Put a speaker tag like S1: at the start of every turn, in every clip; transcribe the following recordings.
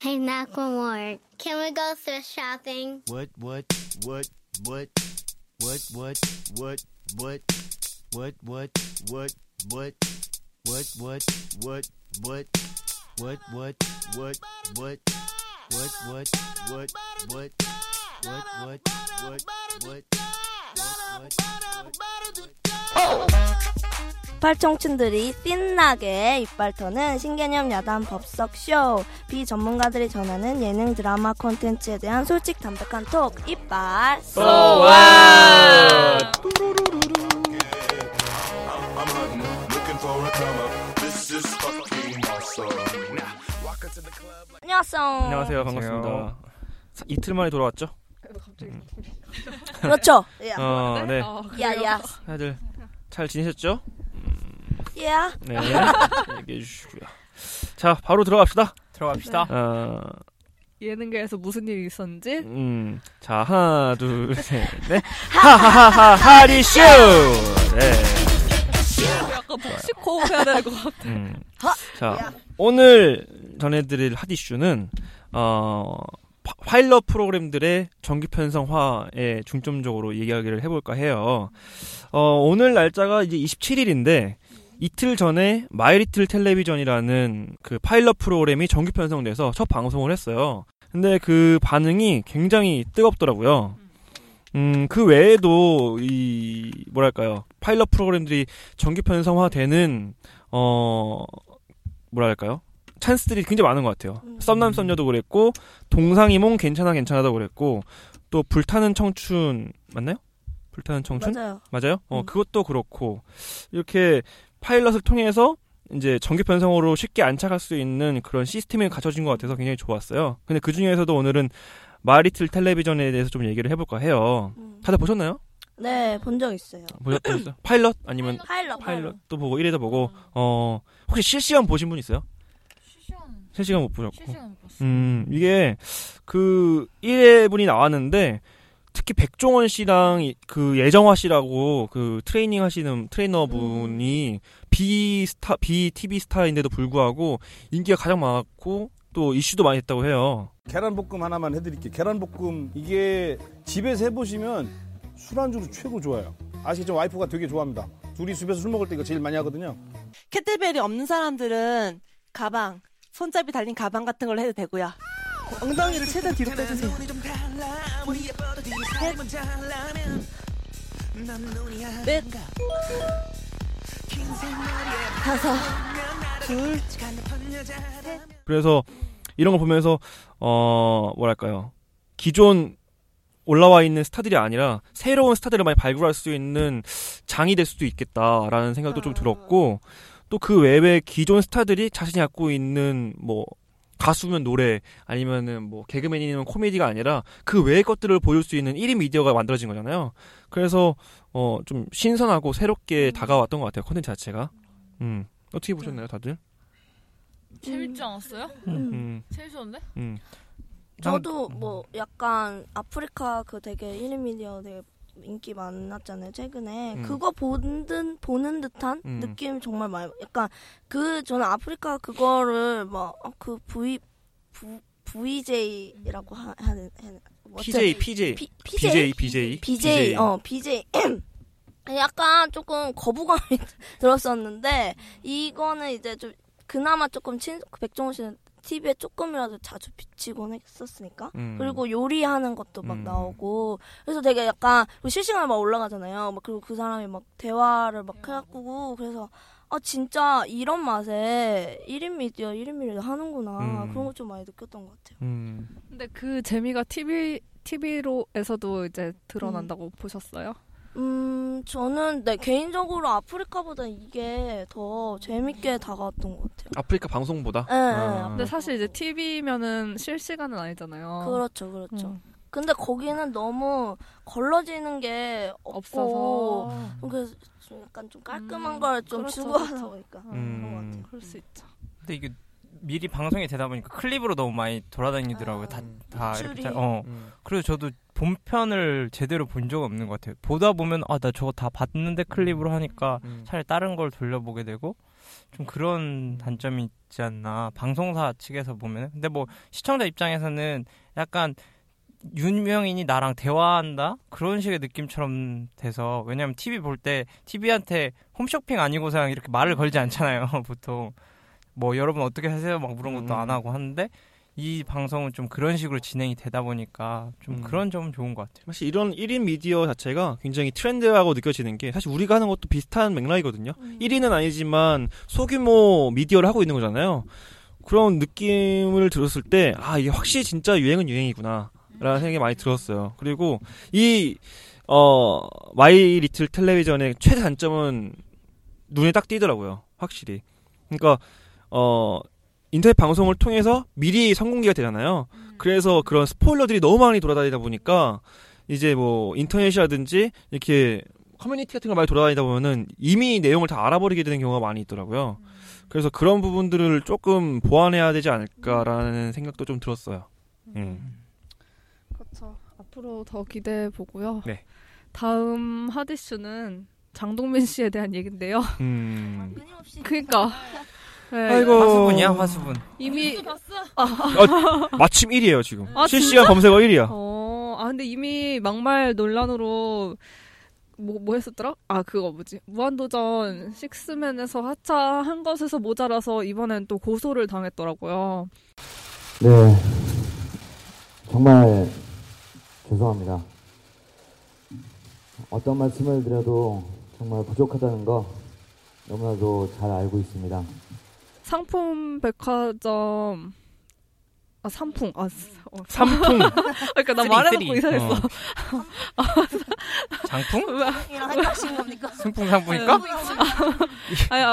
S1: Hey, knock one word. Can we go thrift shopping?
S2: What, what, what, what, what, what, what, what, what, what, what, what, what, what, what, what, what, what, what, what, what, what, what, what, what, what, what, what,
S3: 이빨청춘들이 신나게 이빨 터는 신개념 야단 법석 쇼. 비전문가들이 전하는 예능 드라마 콘텐츠에 대한 솔직 담백한 톡. 이빨
S4: 소와
S3: 안녕하세요.
S4: 안녕하세요 반갑습니다 사- 이틀 만에 돌아왔죠?
S3: 그렇죠. 야,
S4: 어네
S3: 야, 야,
S4: 다들 잘 지내셨죠?
S3: 야.
S4: 네 얘기해 주시고요 자 바로 들어갑시다
S5: 들어갑시다.
S4: 어,
S6: 예능계에서 무슨 일이 있었는지
S4: 음, 자 하나 둘셋넷 하하하하 하리쇼 네.
S6: 약간 복식 호흡 해야 되는 것 같아.
S4: 음.
S3: 하!
S4: 자 오늘 전해드릴 핫 이슈는 어 파- 파일럿 프로그램들의 정규 편성화에 중점적으로 얘기하기를 해볼까 해요. 어, 오늘 날짜가 이제 27일인데 이틀 전에 마이리틀 텔레비전이라는 그 파일럿 프로그램이 정규 편성돼서 첫 방송을 했어요. 근데 그 반응이 굉장히 뜨겁더라고요. 음, 그 외에도 이 뭐랄까요 파일럿 프로그램들이 정규 편성화되는 어 뭐랄까요 찬스들이 굉장히 많은 것 같아요.
S3: 음.
S4: 썸남 썸녀도 그랬고 동상이몽 괜찮아 괜찮아도 그랬고 또 불타는 청춘 맞나요? 불타는 청춘
S3: 맞아요.
S4: 맞아요? 어,
S3: 음.
S4: 그것도 그렇고, 이렇게 파일럿을 통해서 이제 정규 편성으로 쉽게 안착할 수 있는 그런 시스템이 갖춰진 것 같아서 굉장히 좋았어요. 근데 그 중에서도 오늘은 마리틀 텔레비전에 대해서 좀 얘기를 해볼까 해요.
S3: 음.
S4: 다들 보셨나요?
S3: 네, 본 적 있어요.
S4: 보셨, 보셨어요? 파일럿? 아니면
S3: 파일럿, 파일럿.
S4: 파일럿도 보고 1회도 보고, 어, 혹시 실시간 보신 분 있어요?
S7: 음. 실시간
S4: 실시간 못 보셨고.
S7: 실시간 못 봤어.
S4: 음, 이게 그 1회분이 나왔는데 특히 백종원 씨랑 이- 그 예정화 씨라고 그 트레이닝 하시는
S7: 음.
S4: 트레이너분이 비스타 비 TV 스타인데도 불구하고 인기가 가장 많았고 또 이슈도 많이 했다고 해요.
S8: 계란볶음 하나만 해드릴게요. 계란볶음 이게 집에서 해보시면 술안주로 최고 좋아요. 아시겠죠? 와이프가 되게 좋아합니다. 둘이 집에서 술 먹을 때 이거 제일 많이 하거든요.
S9: 캐틀벨이 없는 사람들은 가방, 손잡이 달린 가방 같은 걸로 해도 되고요. 엉덩이를 최대한 뒤로 빼주세요. 넷, 다섯, 둘,
S4: 그래서 이런 걸 보면서 어 뭐랄까요 기존 올라와 있는 스타들이 아니라 새로운 스타들을 많이 발굴할 수 있는 장이 될 수도 있겠다라는 생각도 좀 들었고 또 그 외에 기존 스타들이 자신이 갖고 있는 뭐 가수면 노래 아니면은 뭐 개그맨이면 코미디가 아니라 그 외의 것들을 보여줄 수 있는 1인 미디어가 만들어진 거잖아요. 그래서 어 좀 신선하고 새롭게 다가왔던 것 같아요. 콘텐츠 자체가. 음. 어떻게 보셨나요, 다들?
S7: 재밌지 않았어요?
S4: 음.
S7: 재밌었는데?
S4: 음.
S3: 저도 뭐 약간 아프리카 그 되게 1인 미디어 되게 인기 많았잖아요 최근에
S4: 음.
S3: 그거 보는 보는 듯한
S4: 음.
S3: 느낌 정말 많이 약간 그 저는 아프리카 그거를 막 그 V V VJ라고 하, 하는 하는- 뭐 어째-
S4: PJ, PJ.
S3: P- PJ
S4: BJ BJ
S3: BJ 어 BJ 약간 조금 거부감이 들었었는데 이거는 이제 좀 그나마 조금 친 백종원 씨는 TV에 조금이라도 자주 비치곤 했었으니까
S4: 음.
S3: 그리고 요리하는 것도 막
S4: 음.
S3: 나오고 그래서 되게 약간 그리고 실시간에 막 올라가잖아요. 막 그리고 그 사람이 막 대화를 막 해갖고 그래서 아 진짜 이런 맛에 1인 미디어 1인 미디어 하는구나
S4: 음.
S3: 그런 거 좀 많이 느꼈던 것 같아요.
S4: 음.
S6: 근데 그 재미가 TV TV로에서도 이제 드러난다고 보셨어요?
S4: 음.
S3: 음 저는 네 개인적으로 아프리카보다 이게 더 재밌게 다가왔던 것 같아요.
S4: 아프리카 방송보다.
S3: 예, 예.
S4: 아.
S6: 근데 사실 이제 TV면은 실시간은 아니잖아요.
S3: 그렇죠 그렇죠.
S6: 음,
S3: 근데 거기는 너무 걸러지는 게 없고
S6: 없어서
S3: 그래서 좀 약간 좀 깔끔한
S6: 음,
S3: 걸 좀
S6: 그렇죠,
S3: 추구하다
S6: 그렇죠.
S3: 보니까 그런 것 같아요.
S4: 음.
S6: 그럴 수 있죠.
S5: 근데 이게 미리 방송이 되다 보니까 클립으로 너무 많이 돌아다니더라고요. 다, 다 이렇게.
S3: 줄이.
S5: 잘- 어.
S4: 음.
S5: 그래서 저도 본편을 제대로 본 적은 없는 것 같아요. 보다 보면 아 나 저거 다 봤는데 클립으로 하니까
S4: 음.
S5: 차라리 다른 걸 돌려보게 되고 좀 그런 단점이 있지 않나 방송사 측에서 보면은 근데 뭐 시청자 입장에서는 약간 유명인이 나랑 대화한다 그런 식의 느낌처럼 돼서 왜냐면 TV 볼 때 TV한테 홈쇼핑 아니고서야 이렇게 말을 걸지 않잖아요 보통 뭐 여러분 어떻게 하세요 막 물은
S4: 음.
S5: 것도 안 하고 하는데 이 방송은 좀 그런 식으로 진행이 되다 보니까 좀
S4: 음.
S5: 그런 점은 좋은 것 같아요.
S4: 사실 이런 1인 미디어 자체가 굉장히 트렌드하고 느껴지는 게 사실 우리가 하는 것도 비슷한 맥락이거든요. 1인은 아니지만 소규모 미디어를 하고 있는 거잖아요. 그런 느낌을 들었을 때, 아, 이게 확실히 진짜 유행은 유행이구나. 라는 생각이 많이 들었어요. 그리고 이, 어, 마이 리틀 텔레비전의 최대 단점은 눈에 딱 띄더라고요. 확실히. 그러니까, 어, 인터넷 방송을 통해서 미리 선공개가 되잖아요. 그래서 그런 스포일러들이 너무 많이 돌아다니다 보니까 이제 뭐 인터넷이라든지 이렇게 커뮤니티 같은 걸 많이 돌아다니다 보면은 이미 내용을 다 알아버리게 되는 경우가 많이 있더라고요.
S7: 음.
S4: 그래서 그런 부분들을 조금 보완해야 되지 않을까라는 생각도 좀 들었어요. 음.
S6: 그렇죠. 앞으로 더 기대해 보고요.
S4: 네.
S6: 다음 하디슈는 장동민 씨에 대한 얘기인데요. 그
S4: 음.
S6: 그러니까 네,
S4: 아이고.
S5: 화수분이야 화수분.
S6: 이미
S4: 음. 마침 1위에요 지금.
S6: 아,
S4: 실시간 검색어 1위야.
S6: 어, 아 근데 이미 막말 논란으로 뭐, 뭐 했었더라? 아 그거 뭐지? 무한도전 식스맨에서 하차한 것에서 모자라서 이번엔 또 고소를 당했더라고요.
S10: 네. 정말 죄송합니다. 어떤 말씀을 드려도 정말 부족하다는 거 너무나도 잘 알고 있습니다.
S6: 상품 백화점 아 상품 아 스- 어,
S4: 삼풍.
S6: 아, 그러니까 나
S5: 쓰리,
S6: 말해놓고
S5: 쓰리.
S6: 이상했어.
S4: 어.
S5: 장풍?
S9: 이런 생각하신 겁니까?
S5: 승풍
S3: 아,
S5: 상부니까?
S6: 아니, 아,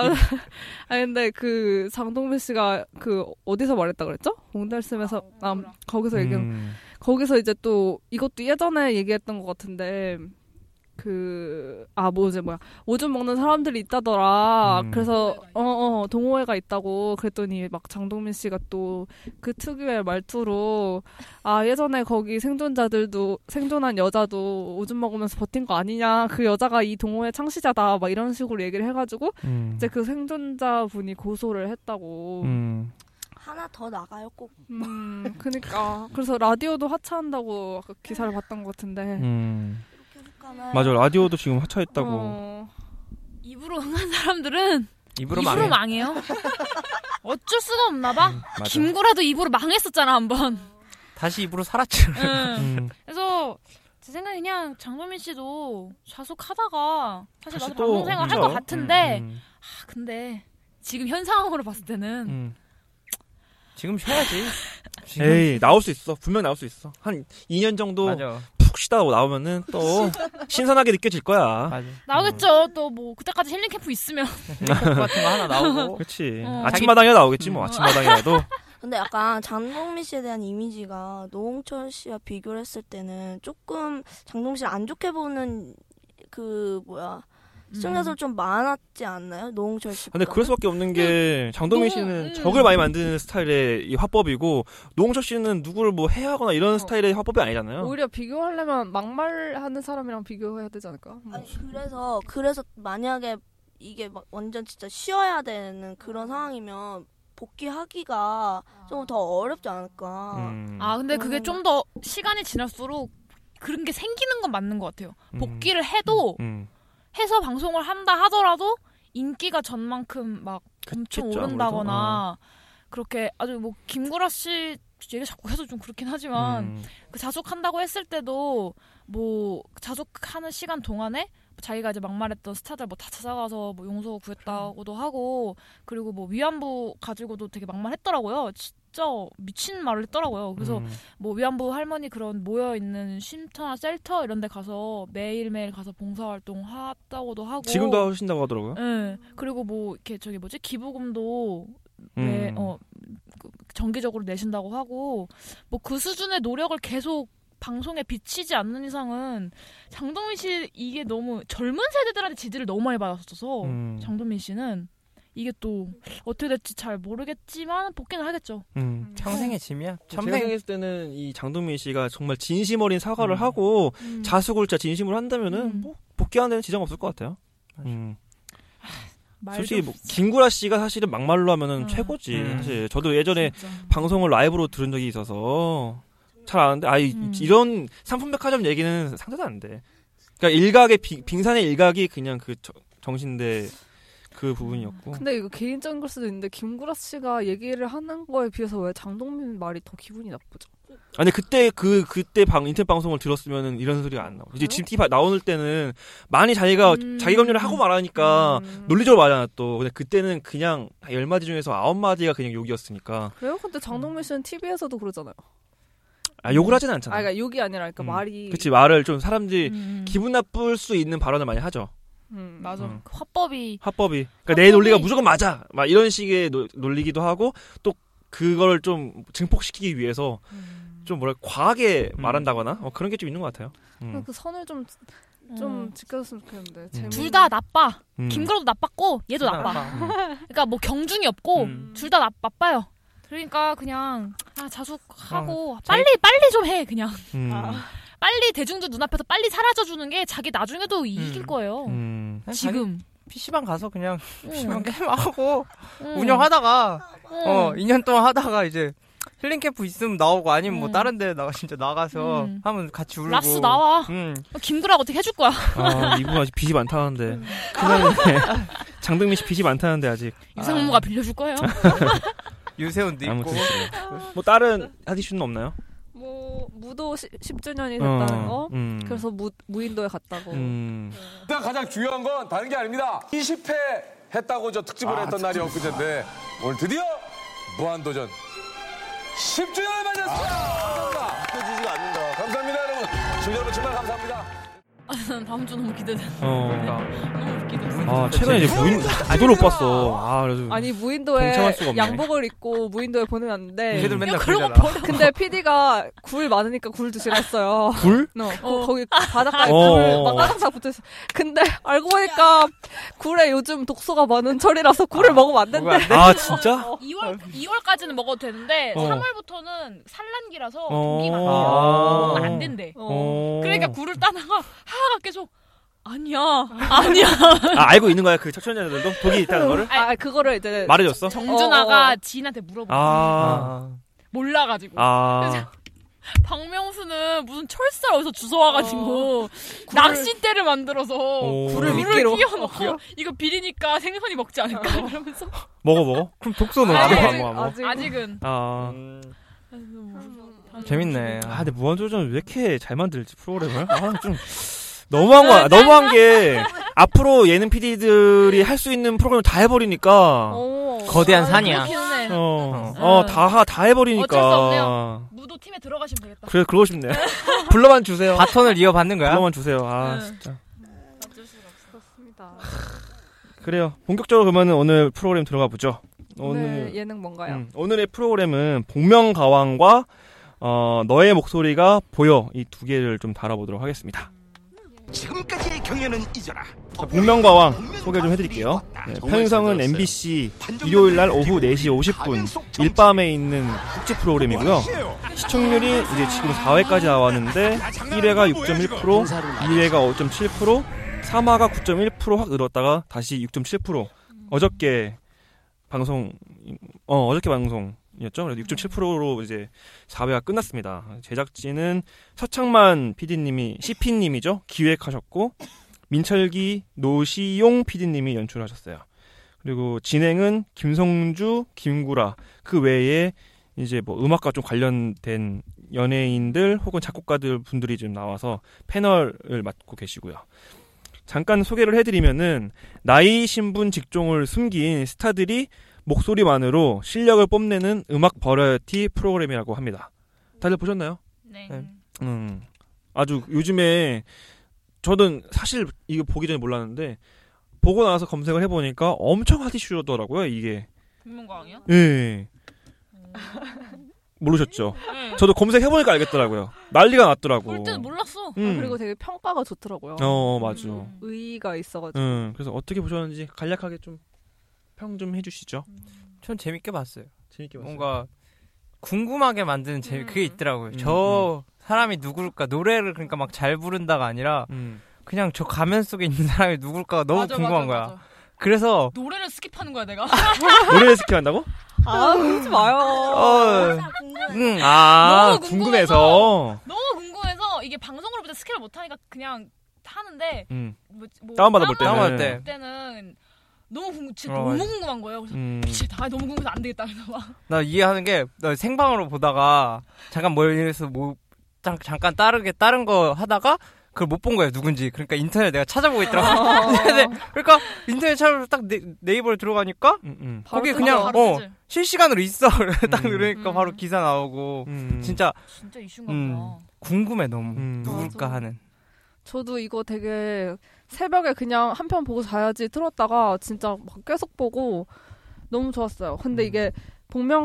S6: 아니 근데 그 장동민 씨가 그 어디서 말했다 그랬죠? 옹달샘에서 아, 거기서 얘기
S4: 음.
S6: 거기서 이제 또 이것도 예전에 얘기했던 것 같은데 그 아 뭐지 뭐야 오줌 먹는 사람들이 있다더라
S4: 음.
S6: 그래서 어어 동호회가 있다고 그랬더니 막 장동민 씨가 또 그 특유의 말투로 아 예전에 거기 생존자들도 생존한 여자도 오줌 먹으면서 버틴 거 아니냐 그 여자가 이 동호회 창시자다 막 이런 식으로 얘기를 해가지고
S4: 음.
S6: 이제 그 생존자 분이 고소를 했다고
S4: 음.
S3: 하나 더 나가요 꼭.
S6: 음, 그니까. 그래서 라디오도 하차한다고 아까 기사를 봤던 것 같은데.
S4: 음.
S7: 네.
S3: 계속하나요?
S4: 맞아 라디오도 지금 하차했다고. 음,
S6: 어,
S7: 입으로 응한 사람들은
S5: 입으로
S7: 입으로,
S5: 망해.
S7: 망해요. 어쩔 수가 없나 봐.
S5: 음, 맞아.
S7: 김구라도 입으로 망했었잖아 한번.
S5: 다시 입으로 살았죠.
S7: 응.
S4: 음.
S7: 그래서 제 생각에 그냥 장동민 씨도 자숙하다가 사실
S4: 다시
S7: 나도
S4: 또
S7: 방송생활 할 것
S4: 그렇죠.
S7: 같은데
S4: 음,
S7: 아, 근데 지금 현 상황으로 봤을 때는
S4: 음.
S5: 지금 쉬어야지. 지금
S4: 에이 나올 수 있어 분명 나올 수 있어 한 2년 정도
S5: 맞아.
S4: 푹 쉬다 나오면은 또 신선하게 느껴질 거야.
S5: 맞아.
S7: 나오겠죠. 또 뭐 그때까지 힐링 캠프 있으면
S5: 음. 같은 거 하나 나오고.
S4: 그렇지.
S7: 어.
S4: 아침마당에 나오겠지 뭐
S5: 음.
S4: 아침마당이라도.
S3: 근데 약간 장동민 씨에 대한 이미지가 노홍철 씨와 비교를 했을 때는 조금 장동민 씨를 안 좋게 보는 그 뭐야
S5: 음.
S3: 시청자들 좀 많았지 않나요? 노홍철 씨.
S4: 근데 그럴 수밖에 없는 게 장동민
S7: 너무,
S4: 씨는
S7: 음.
S4: 적을 많이 만드는 스타일의 이 화법이고 노홍철 씨는 누구를 뭐 해하거나
S7: 어.
S4: 이런 스타일의 화법이 아니잖아요.
S6: 오히려 비교하려면 막말하는 사람이랑 비교해야 되지 않을까? 뭐.
S7: 네.
S3: 아니, 그래서 그래서 만약에 이게 막 완전 진짜 쉬어야 되는 그런 상황이면 복귀하기가 좀 더 어렵지 않을까.
S4: 음.
S7: 아 근데 그게
S3: 그러면은-
S7: 좀 더 시간이 지날수록 그런 게 생기는 건 맞는 것 같아요.
S4: 음.
S7: 복귀를 해도
S4: 음.
S7: 해서 방송을 한다 하더라도 인기가 전만큼 막
S4: 그렇겠죠,
S7: 엄청
S5: 어.
S7: 오른다거나 그렇게 아주 뭐 김구라 씨 얘기 자꾸 해서 좀 그렇긴 하지만
S4: 음.
S7: 그 자숙한다고 했을 때도 뭐 자숙하는 시간 동안에 자기가 이제 막말했던 스타들 뭐 다 찾아가서 뭐 용서 구했다고도 하고 그리고 뭐 위안부 가지고도 되게 막말했더라고요. 진짜 미친 말을 했더라고요. 그래서
S4: 음.
S7: 뭐 위안부 할머니 그런 모여 있는 쉼터나 셀터 이런 데 가서 매일매일 가서 봉사 활동 했다고도 하고
S4: 음. 지금도 하신다고 하더라고요.
S7: 예. 그리고 뭐 이렇게 저기 뭐지? 기부금도
S4: 음.
S7: 왜, 어, 그, 정기적으로 내신다고 하고 뭐 그 수준의 노력을 계속 방송에 비치지 않는 이상은 장동민 씨 이게 너무 젊은 세대들한테 지지를 너무 많이 받았었어서
S4: 음.
S7: 장동민 씨는 이게 또 어떻게 될지 잘 모르겠지만 복귀는 하겠죠.
S4: 음.
S5: 평생의
S7: 어,
S5: 짐이야.
S7: 뭐
S4: 제가
S5: 평생.
S4: 생각했을 때는 이 장동민 씨가 정말 진심 어린 사과를
S5: 음.
S4: 하고
S7: 음.
S4: 자숙을 진짜 진심으로 한다면은
S7: 음.
S4: 뭐 복귀하는 데는 지장 없을 것 같아요. 음.
S7: 말도
S4: 솔직히 뭐 김구라 씨가 사실은 막말로 하면은
S7: 음.
S4: 최고지.
S5: 음.
S4: 사실 저도 예전에
S7: 진짜.
S4: 방송을 라이브로 들은 적이 있어서 잘 아는데 아 이-
S7: 음.
S4: 이런 상품 백화점 얘기는 상대도 안 돼. 그러니까 일각의 비- 빙산의 일각이 그냥 그 저- 정신대 그 부분이었고.
S6: 음. 근데 이거 개인적인 걸 수도 있는데 김구라 씨가 얘기를 하는 거에 비해서 왜 장동민 말이 더 기분이 나쁘죠?
S4: 아니 그때 그 그때 방 인터넷 방송을 들었으면은 이런 소리가 안 나와.
S6: 어?
S4: 이제 지금 TV 나오는 때는 많이 자기가
S7: 음.
S4: 자기 검열을 하고 말하니까
S6: 음.
S4: 논리적으로 말하나 또. 근데 그때는 그냥 열 마디 중에서 아홉 마디가 그냥 욕이었으니까.
S6: 그래요? 근데 장동민 씨는 TV에서도 그러잖아요.
S4: 아 욕을 하진 않잖아.
S6: 아, 그러니까 욕이 아니라 그러니까
S4: 음.
S6: 말이
S4: 그치 말을 좀 사람들이
S7: 음.
S4: 기분 나쁠 수 있는 발언을 많이 하죠.
S6: 음.
S7: 맞아.
S4: 음.
S7: 그 화법이
S4: 화법이. 그러니까 내
S7: 화법이-
S4: 논리가 무조건 맞아. 막 이런 식의 노- 논리기도 하고 또 그걸 좀 증폭시키기 위해서
S7: 음.
S4: 좀 뭐랄 까 과하게
S5: 음.
S4: 말한다거나 어, 그런 게 좀 있는 것 같아요. 음.
S6: 그 선을 좀 좀
S7: 좀
S6: 지켜줬으면 좋겠는데. 재미는-
S7: 음. 둘 다 나빠.
S4: 음.
S7: 김그로도 나빴고 얘도 나빠. 그러니까 뭐 경중이 없고
S5: 음.
S7: 둘 다 나빠요. 그러니까 그냥 아, 자숙하고
S5: 어, 자기-
S7: 빨리 빨리 좀 해 그냥 아,
S4: 음.
S7: 빨리 대중들 눈앞에서 빨리 사라져 주는 게 자기 나중에도 이길
S5: 음.
S7: 거예요.
S4: 음.
S7: 지금
S5: PC방 가서 그냥 PC방
S7: 응.
S5: 게임하고
S7: 응.
S5: 운영하다가
S7: 응.
S5: 어 2년 동안 하다가 이제 힐링 캠프 있으면 나오고 아니면 뭐
S7: 응.
S5: 다른 데 나가 진짜 나가서
S7: 응.
S5: 하면 같이 울고
S7: 랍스 나와.
S5: 음.
S7: 김그라가 어떻게 해줄 거야?
S4: 아 이분 아직 빚이 많다는데.
S7: 음.
S4: 큰일났네. 장동민 씨 빚이 많다는데 아직.
S7: 유상무가 빌려줄 거예요.
S5: 유세훈도 있고
S4: 아무튼 뭐 다른 하디슈는 없나요?
S6: 뭐 무도 10, 주년이 됐다는
S4: 어,
S6: 거.
S4: 음.
S6: 그래서 무 무인도에 갔다고.
S4: 음.
S11: 일단 가장 중요한 건 다른 게 아닙니다. 20회 했다고 저
S8: 아,
S11: 특집을 했던 날이 엊그제인데 네. 오늘 드디어 무한도전 10주년을 맞이했습니다. 감사합니다.
S2: 지지가 않는다.
S11: 감사합니다, 여러분. 시청자 여러분 정말 감사합니다.
S7: 다음 주 너무 기대돼.
S5: 그러니까.
S4: 어.
S7: 너무 기대돼.
S4: 아 최근에 이제 무인 아이돌 못 봤어. 아 그래서
S6: 아니 무인도에
S4: 동참할 수가 없네. 음.
S6: 양복을 입고 무인도에 보내놨는데
S5: 걔들 맨날
S7: 그런 거
S5: 그러잖아
S7: 버려.
S6: 근데 PD가 굴 많으니까 굴 드시라 했어요.
S4: 굴?
S6: 어, 거- 거기 바닷가에
S4: 어.
S6: 굴막 따닥따닥 붙어있어. 근데 알고 보니까 굴에 요즘 독소가 많은 철이라서 굴을 먹으면 안 된대.
S5: 뭐가 안 돼?
S4: 아 진짜?
S7: 2월 2월까지는 먹어도 되는데
S4: 어.
S7: 3월부터는 산란기라서
S4: 어.
S7: 독이
S4: 아.
S7: 많아요. 먹으면 안 된대.
S6: 어.
S7: 그러니까 굴을 따다가 하하가 계속 아니야 아니야.
S4: 아 알고 있는 거야 그 청취자들도 독이
S7: 어.
S4: 있다는 거를
S6: 아, 아니, 그거를 이제
S4: 말해줬어.
S7: 정준하가
S6: 어, 어.
S7: 지인한테 물어보고
S4: 아.
S5: 아.
S7: 몰라가지고
S4: 아.
S7: 박명수는 무슨 철사를 어디서 주워와가지고 낚싯대를 어. 만들어서 어,
S4: 오.
S7: 굴을
S6: 미끼로?
S7: 끼워놓고 이거 비리니까 생선이 먹지 않을까 이러면서
S4: 먹어 먹어. 뭐,
S5: 그럼 독서는
S7: 아,
S5: 안
S7: 네.
S6: 아직,
S5: 먹어 안 먹어, 안 먹어
S6: 아직,
S7: 아직은
S4: 아.
S7: 그래서 뭐 다음
S5: 재밌네
S4: 아 근데 무한도전 왜 이렇게 잘 만들지 프로그램을? 아좀 너무한
S7: 아,
S4: 거야. 너무한 게 앞으로 예능 PD들이 할 수 있는 프로그램을 다 해버리니까. 어.
S6: 어.
S5: 거대한
S7: 아,
S5: 산이야
S7: 그렇기는 해.
S4: 어어다다 해버리니까.
S7: 어. 어쩔 수 없네요. 무도 팀에 들어가시면 되겠다.
S4: 그래 그러고 싶네. 불러만 주세요.
S5: 바톤을 이어받는 거야
S4: 불러만 주세요. 아
S7: 응.
S4: 진짜.
S6: 그렇습니다.
S4: 아, 그래요. 본격적으로 그러면은 오늘 프로그램 들어가 보죠.
S7: 네,
S4: 오늘
S6: 오늘 예능 뭔가요?
S4: 음, 오늘의 프로그램은 복면가왕과 어, 너의 목소리가 보여 이 두 개를 좀 다뤄보도록 하겠습니다.
S2: 지금까지의 경연은 잊어라.
S4: 자, 복면가왕 소개 좀 해드릴게요. 그 네, 편성은 MBC 일요일 날 오후 4시 50분 일밤에 있는 국제 프로그램이고요. 아, 시청률이 이제 지금 4회까지 나왔는데 1회가 6.1%, 2회가 5.7%, 3화가 9.1%확 늘었다가 다시 6.7% 어저께 방송 어 어저께 방송이었죠. 그래서 6.7%로 이제 4회가 끝났습니다. 제작진은 서창만 PD님이 CP님이죠 기획하셨고 민철기 노시용 PD님이 연출하셨어요. 그리고 진행은 김성주, 김구라 그 외에 이제 뭐 음악과 좀 관련된 연예인들 혹은 작곡가들 분들이 좀 나와서 패널을 맡고 계시고요. 잠깐 소개를 해드리면은 나이, 신분, 직종을 숨긴 스타들이 목소리만으로 실력을 뽐내는 음악 버라이티 프로그램이라고 합니다. 다들 보셨나요?
S7: 네.
S5: 네.
S4: 음. 아주 요즘에 저는 사실 이거 보기 전에 몰랐는데 보고 나서 검색을 해보니까 엄청 핫 이슈더라고요 이게.
S7: 분명광이요? 음.
S4: 예. 모르셨죠?
S7: 네.
S4: 저도 검색해보니까 알겠더라고요. 난리가 났더라고.
S7: 볼 때는 몰랐어. 아,
S4: 음.
S6: 아, 그리고 되게 평가가 좋더라고요.
S4: 어 맞아. 음.
S6: 의의가 있어가지고.
S4: 그래서 어떻게 보셨는지 간략하게 좀 평 좀 해주시죠.
S5: 전 재밌게 봤어요
S4: 재밌게 봤어요.
S5: 뭔가 궁금하게 만드는 재미 그게 있더라고요
S4: 음,
S5: 저 사람이 누굴까 노래를 그러니까 막 잘 부른다가 아니라
S4: 음.
S5: 그냥 저 가면 속에 있는 사람이 누굴까가 너무 궁금한 거야.
S4: 그래서
S7: 노래를 스킵하는 거야 내가.
S4: 노래를 스킵한다고?
S7: 아, 그러지 마요.
S4: 어, 음, 아 궁금해서.
S7: 너무 궁금해서 이게 방송으로 보다 스킬을 못 하니까 그냥 하는데
S4: 음.
S7: 뭐,
S4: 다운받아 볼 때는.
S7: 다운받을
S4: 다운받을
S5: 네.
S7: 때는 너무 궁금, 진짜
S5: 어,
S7: 너무
S5: 맞아.
S7: 궁금한 거예요. 그래서
S5: 음.
S7: 미치, 나 너무 궁금해서 안 되겠다 그래서 막.
S5: 나 이해하는 게나 생방으로 보다가 잠깐 멀리서 뭐 잠, 잠깐 다르게 다른 거 하다가 그걸 못 본 거야 누군지 그러니까 인터넷 내가 찾아보고
S7: 어.
S5: 있더라고 근데 그러니까 인터넷 찾아보고 딱 네, 네이버에 들어가니까
S4: 음,
S7: 바로
S5: 거기
S7: 뜨죠,
S5: 그냥
S7: 바로 음.
S5: 어
S7: 뜨지.
S5: 실시간으로 있어
S4: 음.
S5: 딱 누르니까 그러니까 바로 기사 나오고 진짜
S7: 진짜 이슈인가
S5: 음, 궁금해 너무
S4: 음.
S7: 아,
S5: 누굴까 하는
S6: 저도 이거 되게 새벽에 그냥 한 편 보고 자야지 틀었다가 진짜 막 계속 보고 너무 좋았어요.
S7: 음.
S6: 근데 이게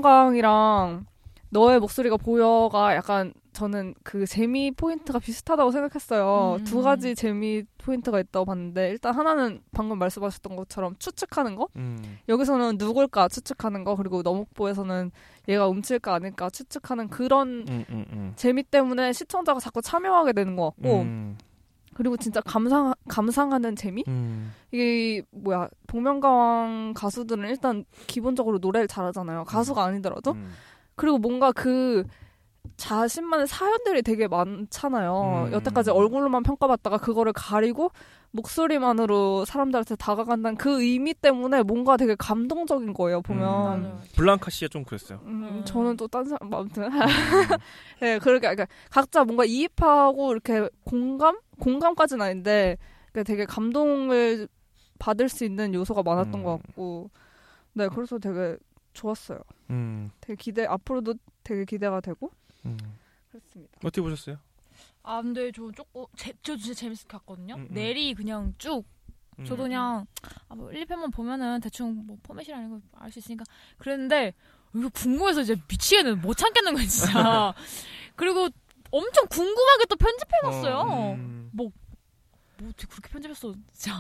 S6: 복면가왕이랑 너의 목소리가 보여가 약간 저는 그 재미 포인트가 비슷하다고 생각했어요.
S7: 음.
S6: 두 가지 재미 포인트가 있다고 봤는데 일단 하나는 방금 말씀하셨던 것처럼 추측하는 거.
S7: 음.
S4: 음.
S6: 여기서는 누굴까 추측하는 거 그리고 너목보에서는 얘가 음칠까 아닐까 추측하는 그런
S4: 음, 음, 음.
S6: 재미 때문에 시청자가 자꾸 참여하게 되는 것
S7: 어.
S6: 같고
S4: 음.
S6: 그리고 진짜 감상 감상하는 재미
S4: 음.
S6: 이게 뭐야 복면가왕 가수들은 일단 기본적으로 노래를 잘하잖아요 가수가 아니더라도
S4: 음.
S6: 그리고 뭔가 그 자신만의 사연들이 되게 많잖아요
S12: 음.
S6: 여태까지 얼굴로만 평가받다가 그거를 가리고 목소리만으로 사람들한테 다가간다는 그 의미 때문에 뭔가 되게 감동적인 거예요 보면
S4: 음. 블랑카 씨가 좀 그랬어요.
S6: 음, 저는 또 딴 사람, 아무튼. 네, 그렇게, 그러니까 각자 뭔가 이입하고 이렇게 공감? 공감까지는 아닌데, 그러니까 되게 감동을 받을 수 있는 요소가 많았던 것 같고, 네, 그래서 되게 좋았어요.
S4: 음.
S6: 되게 기대, 앞으로도 되게 기대가 되고,
S4: 어떻게 보셨어요?
S7: 아, 근데 저 조금 제, 저 진짜 재밌을 것 같거든요. 네.
S4: 음, 음.
S7: 내리 그냥 쭉. 저도
S4: 음.
S7: 그냥 아, 뭐 1, 2편만 보면은 대충 뭐 포맷이라는 걸 알 수 있으니까 그랬는데 이거 궁금해서 이제 미치겠는 못 참겠는 거야 진짜. 그리고 엄청 궁금하게 또 편집해놨어요.
S5: 어,
S7: 뭐, 뭐 어떻게 그렇게 편집했어 진짜.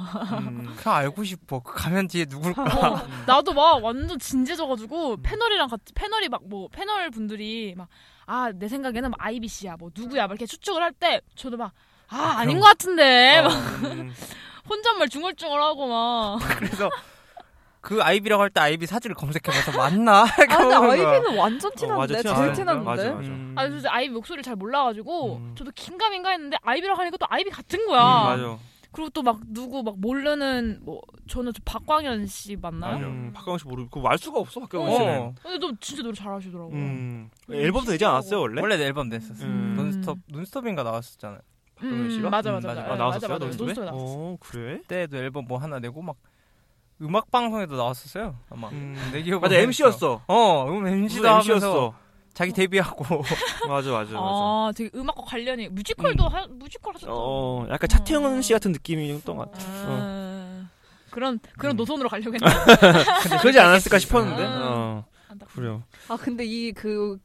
S5: 음, 그냥 알고 싶어 그 가면 뒤에 누굴까 음.
S7: 어, 나도 막 완전 진지해져가지고 패널이랑 같이 패널이 막 뭐 패널 분들이 막 아 내 생각에는 막 IBC야 뭐 누구야 막 이렇게 추측을 할 때 저도 막 아 아닌
S5: 그럼-
S7: 것 같은데 막
S5: 음.
S7: 혼잣말 중얼중얼하고 막
S5: 그래서 그 아이비라고 할 때 아이비 사진을 검색해봐서
S7: 아,
S5: 맞나?
S6: 아, 완전 네,
S5: 맞아, 티
S6: 제일
S5: 그러니까. 났어요.
S6: 티났는데.
S5: 맞아, 맞아. 음.
S7: 아, 저 아이비 목소리를 잘 몰라가지고 저도 긴가민가 했는데 아이비라고 하니까 또 아이비 같은 거야.
S4: 음, 맞아.
S7: 그리고 또 막 누구 막 모르는 뭐 저는 저 박광현 씨 맞나요?
S4: 음, 박강원 씨 모르고 그거 알 수가 없어 박강원
S5: 어.
S4: 씨는.
S7: 근데 너 진짜 노래 잘하시더라고.
S4: 음. 앨범도 내지 않았어요 원래?
S5: 원래 앨범 냈었어.
S4: 음.
S5: 논스톱 논스톱인가 나왔었잖아요.
S7: 음, 맞아, 맞아, 맞아.
S5: 아,
S7: 맞아,
S5: 나왔었어요
S7: 맞아.
S5: 논스톱에?
S7: 논스톱에 나왔어.
S4: 어 그래?
S5: 때도 앨범 뭐 하나 내고 막 음악 방송에도 나왔었어요 아마. 내 기억으로
S4: 음. 맞아, MC 였어.
S5: 어 음, MC도
S4: MC
S5: 하면서
S4: 였어.
S5: 자기 데뷔하고.
S4: 맞아 맞아 맞아. 음.
S7: 아, 되게 음악과 관련이 뮤지컬도 하, 뮤지컬 하셨
S4: 어 약간
S7: 음.
S4: 차태현 씨 같은 느낌이었던 것 같아. 어.
S7: 그런 그런 노선으로 가려고 했나?
S4: 근데 아, 그러지 않았을까 싶었는데. 어. 그래요.
S6: 아 근데 이 그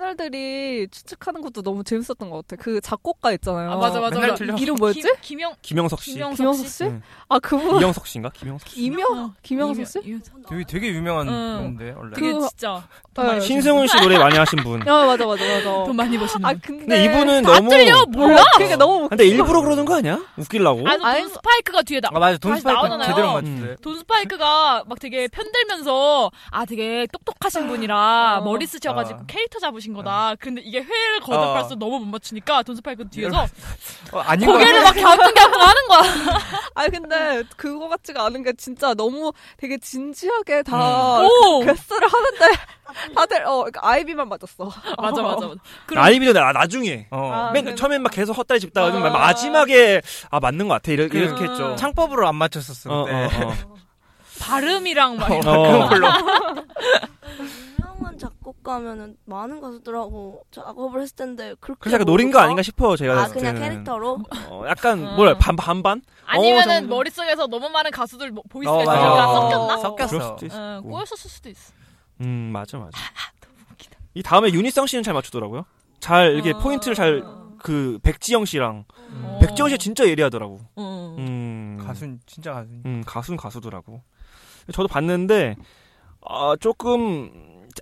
S6: 패널들이 추측하는 것도 너무 재밌었던 것 같아. 그 작곡가 있잖아요.
S7: 아, 맞아, 맞아,
S6: 맨날
S7: 맞아.
S6: 틀려.
S7: 김-
S6: 이름 뭐였지?
S7: 김- 김영-
S4: 김영석 씨.
S6: 김영석,
S7: 김영석
S6: 씨?
S7: 씨?
S4: 응.
S6: 아 그분.
S4: 음. 이영석 씨인가? 김영석 씨.
S7: 어.
S6: 이명 김영석 씨?
S5: 되게 되게 유명한
S6: 응.
S5: 건데 원래.
S6: 그게 그-
S7: 진짜
S6: 네.
S4: 신승훈 씨 노래 많이 하신 분.
S6: 아 맞아 맞아 맞아.
S7: 돈 많이 버시는.
S6: 아 근데,
S4: 근데 이분은
S6: 다
S4: 너무 어, 아,
S6: 틀려 몰라. 그러니까 너무.
S4: 근데 일부러 그러는 거 아니야? 웃기려고.
S7: 아, 돈 스파이크가 뒤에 나.
S4: 아, 맞아. 돈
S7: 다시
S4: 스파이크
S7: 나오잖아요.
S4: 제대로 맞췄어요.
S7: 돈 스파이크가 막 되게 편들면서 아 어. 되게 똑똑하신 분이라 머리 쓰셔가지고
S5: 아.
S7: 캐릭터 잡으신 거다. 근데 이게 회를 거듭할수록
S5: 아.
S7: 너무 못 맞추니까 돈 스파이크 뒤에서
S5: 어, 아닌 거
S7: 고개를 막
S5: 같아.
S7: 갸우뚱갸우뚱 하는 거야.
S6: 아 근데 그거 같지가 않은 게 진짜 너무 되게 진지하게
S7: 음.
S6: 다
S7: 오!
S6: 개스를 하는데 다들 어 그러니까 아이비만 맞았어.
S7: 맞아, 맞아, 맞아.
S4: 아이비도 나, 나중에
S5: 어.
S6: 아,
S4: 맨
S6: 그래.
S4: 처음엔 막 계속 헛다리 짚다가 좀 마지막에 아 맞는 것 같아 이렇게, 이렇게 했죠
S5: 그 창법으로 안 맞췄었어
S4: 어,
S5: 그때.
S4: 어, 어.
S7: 발음이랑 막.
S5: 어,
S7: 이런
S5: 네. 그런 걸로.
S3: 유명한 작곡가면은 많은 가수들하고 작업을 했을 텐데 그렇게
S4: 그래서 약간 노린 거
S3: 모를까?
S4: 아닌가 싶어요 네. 제가
S3: 아
S4: 봤을
S3: 그냥
S4: 때는.
S3: 캐릭터로
S4: 어, 약간 뭐라 반 반반 어,
S7: 아니면은
S4: 정도.
S7: 머릿속에서 너무 많은 가수들 뭐- 보이스가
S4: 어, 맞아.
S7: 그러니까 있으니까
S4: 어.
S7: 섞였나?
S4: 섞였어. 그럴 수도 있고.
S7: 응, 꼬였었을 수도 있어.
S4: 음 맞아 맞아 이 다음에 아. 유니성 씨는 잘 맞추더라고요 잘 이렇게 포인트를 잘 그 백지영 씨랑 백지영 씨가 진짜 예리하더라고
S7: 어.
S4: 어. 음
S5: 음. 가수 진짜 가수.
S4: 음, 가수는 가수더라고. 저도 봤는데, 아, 조금,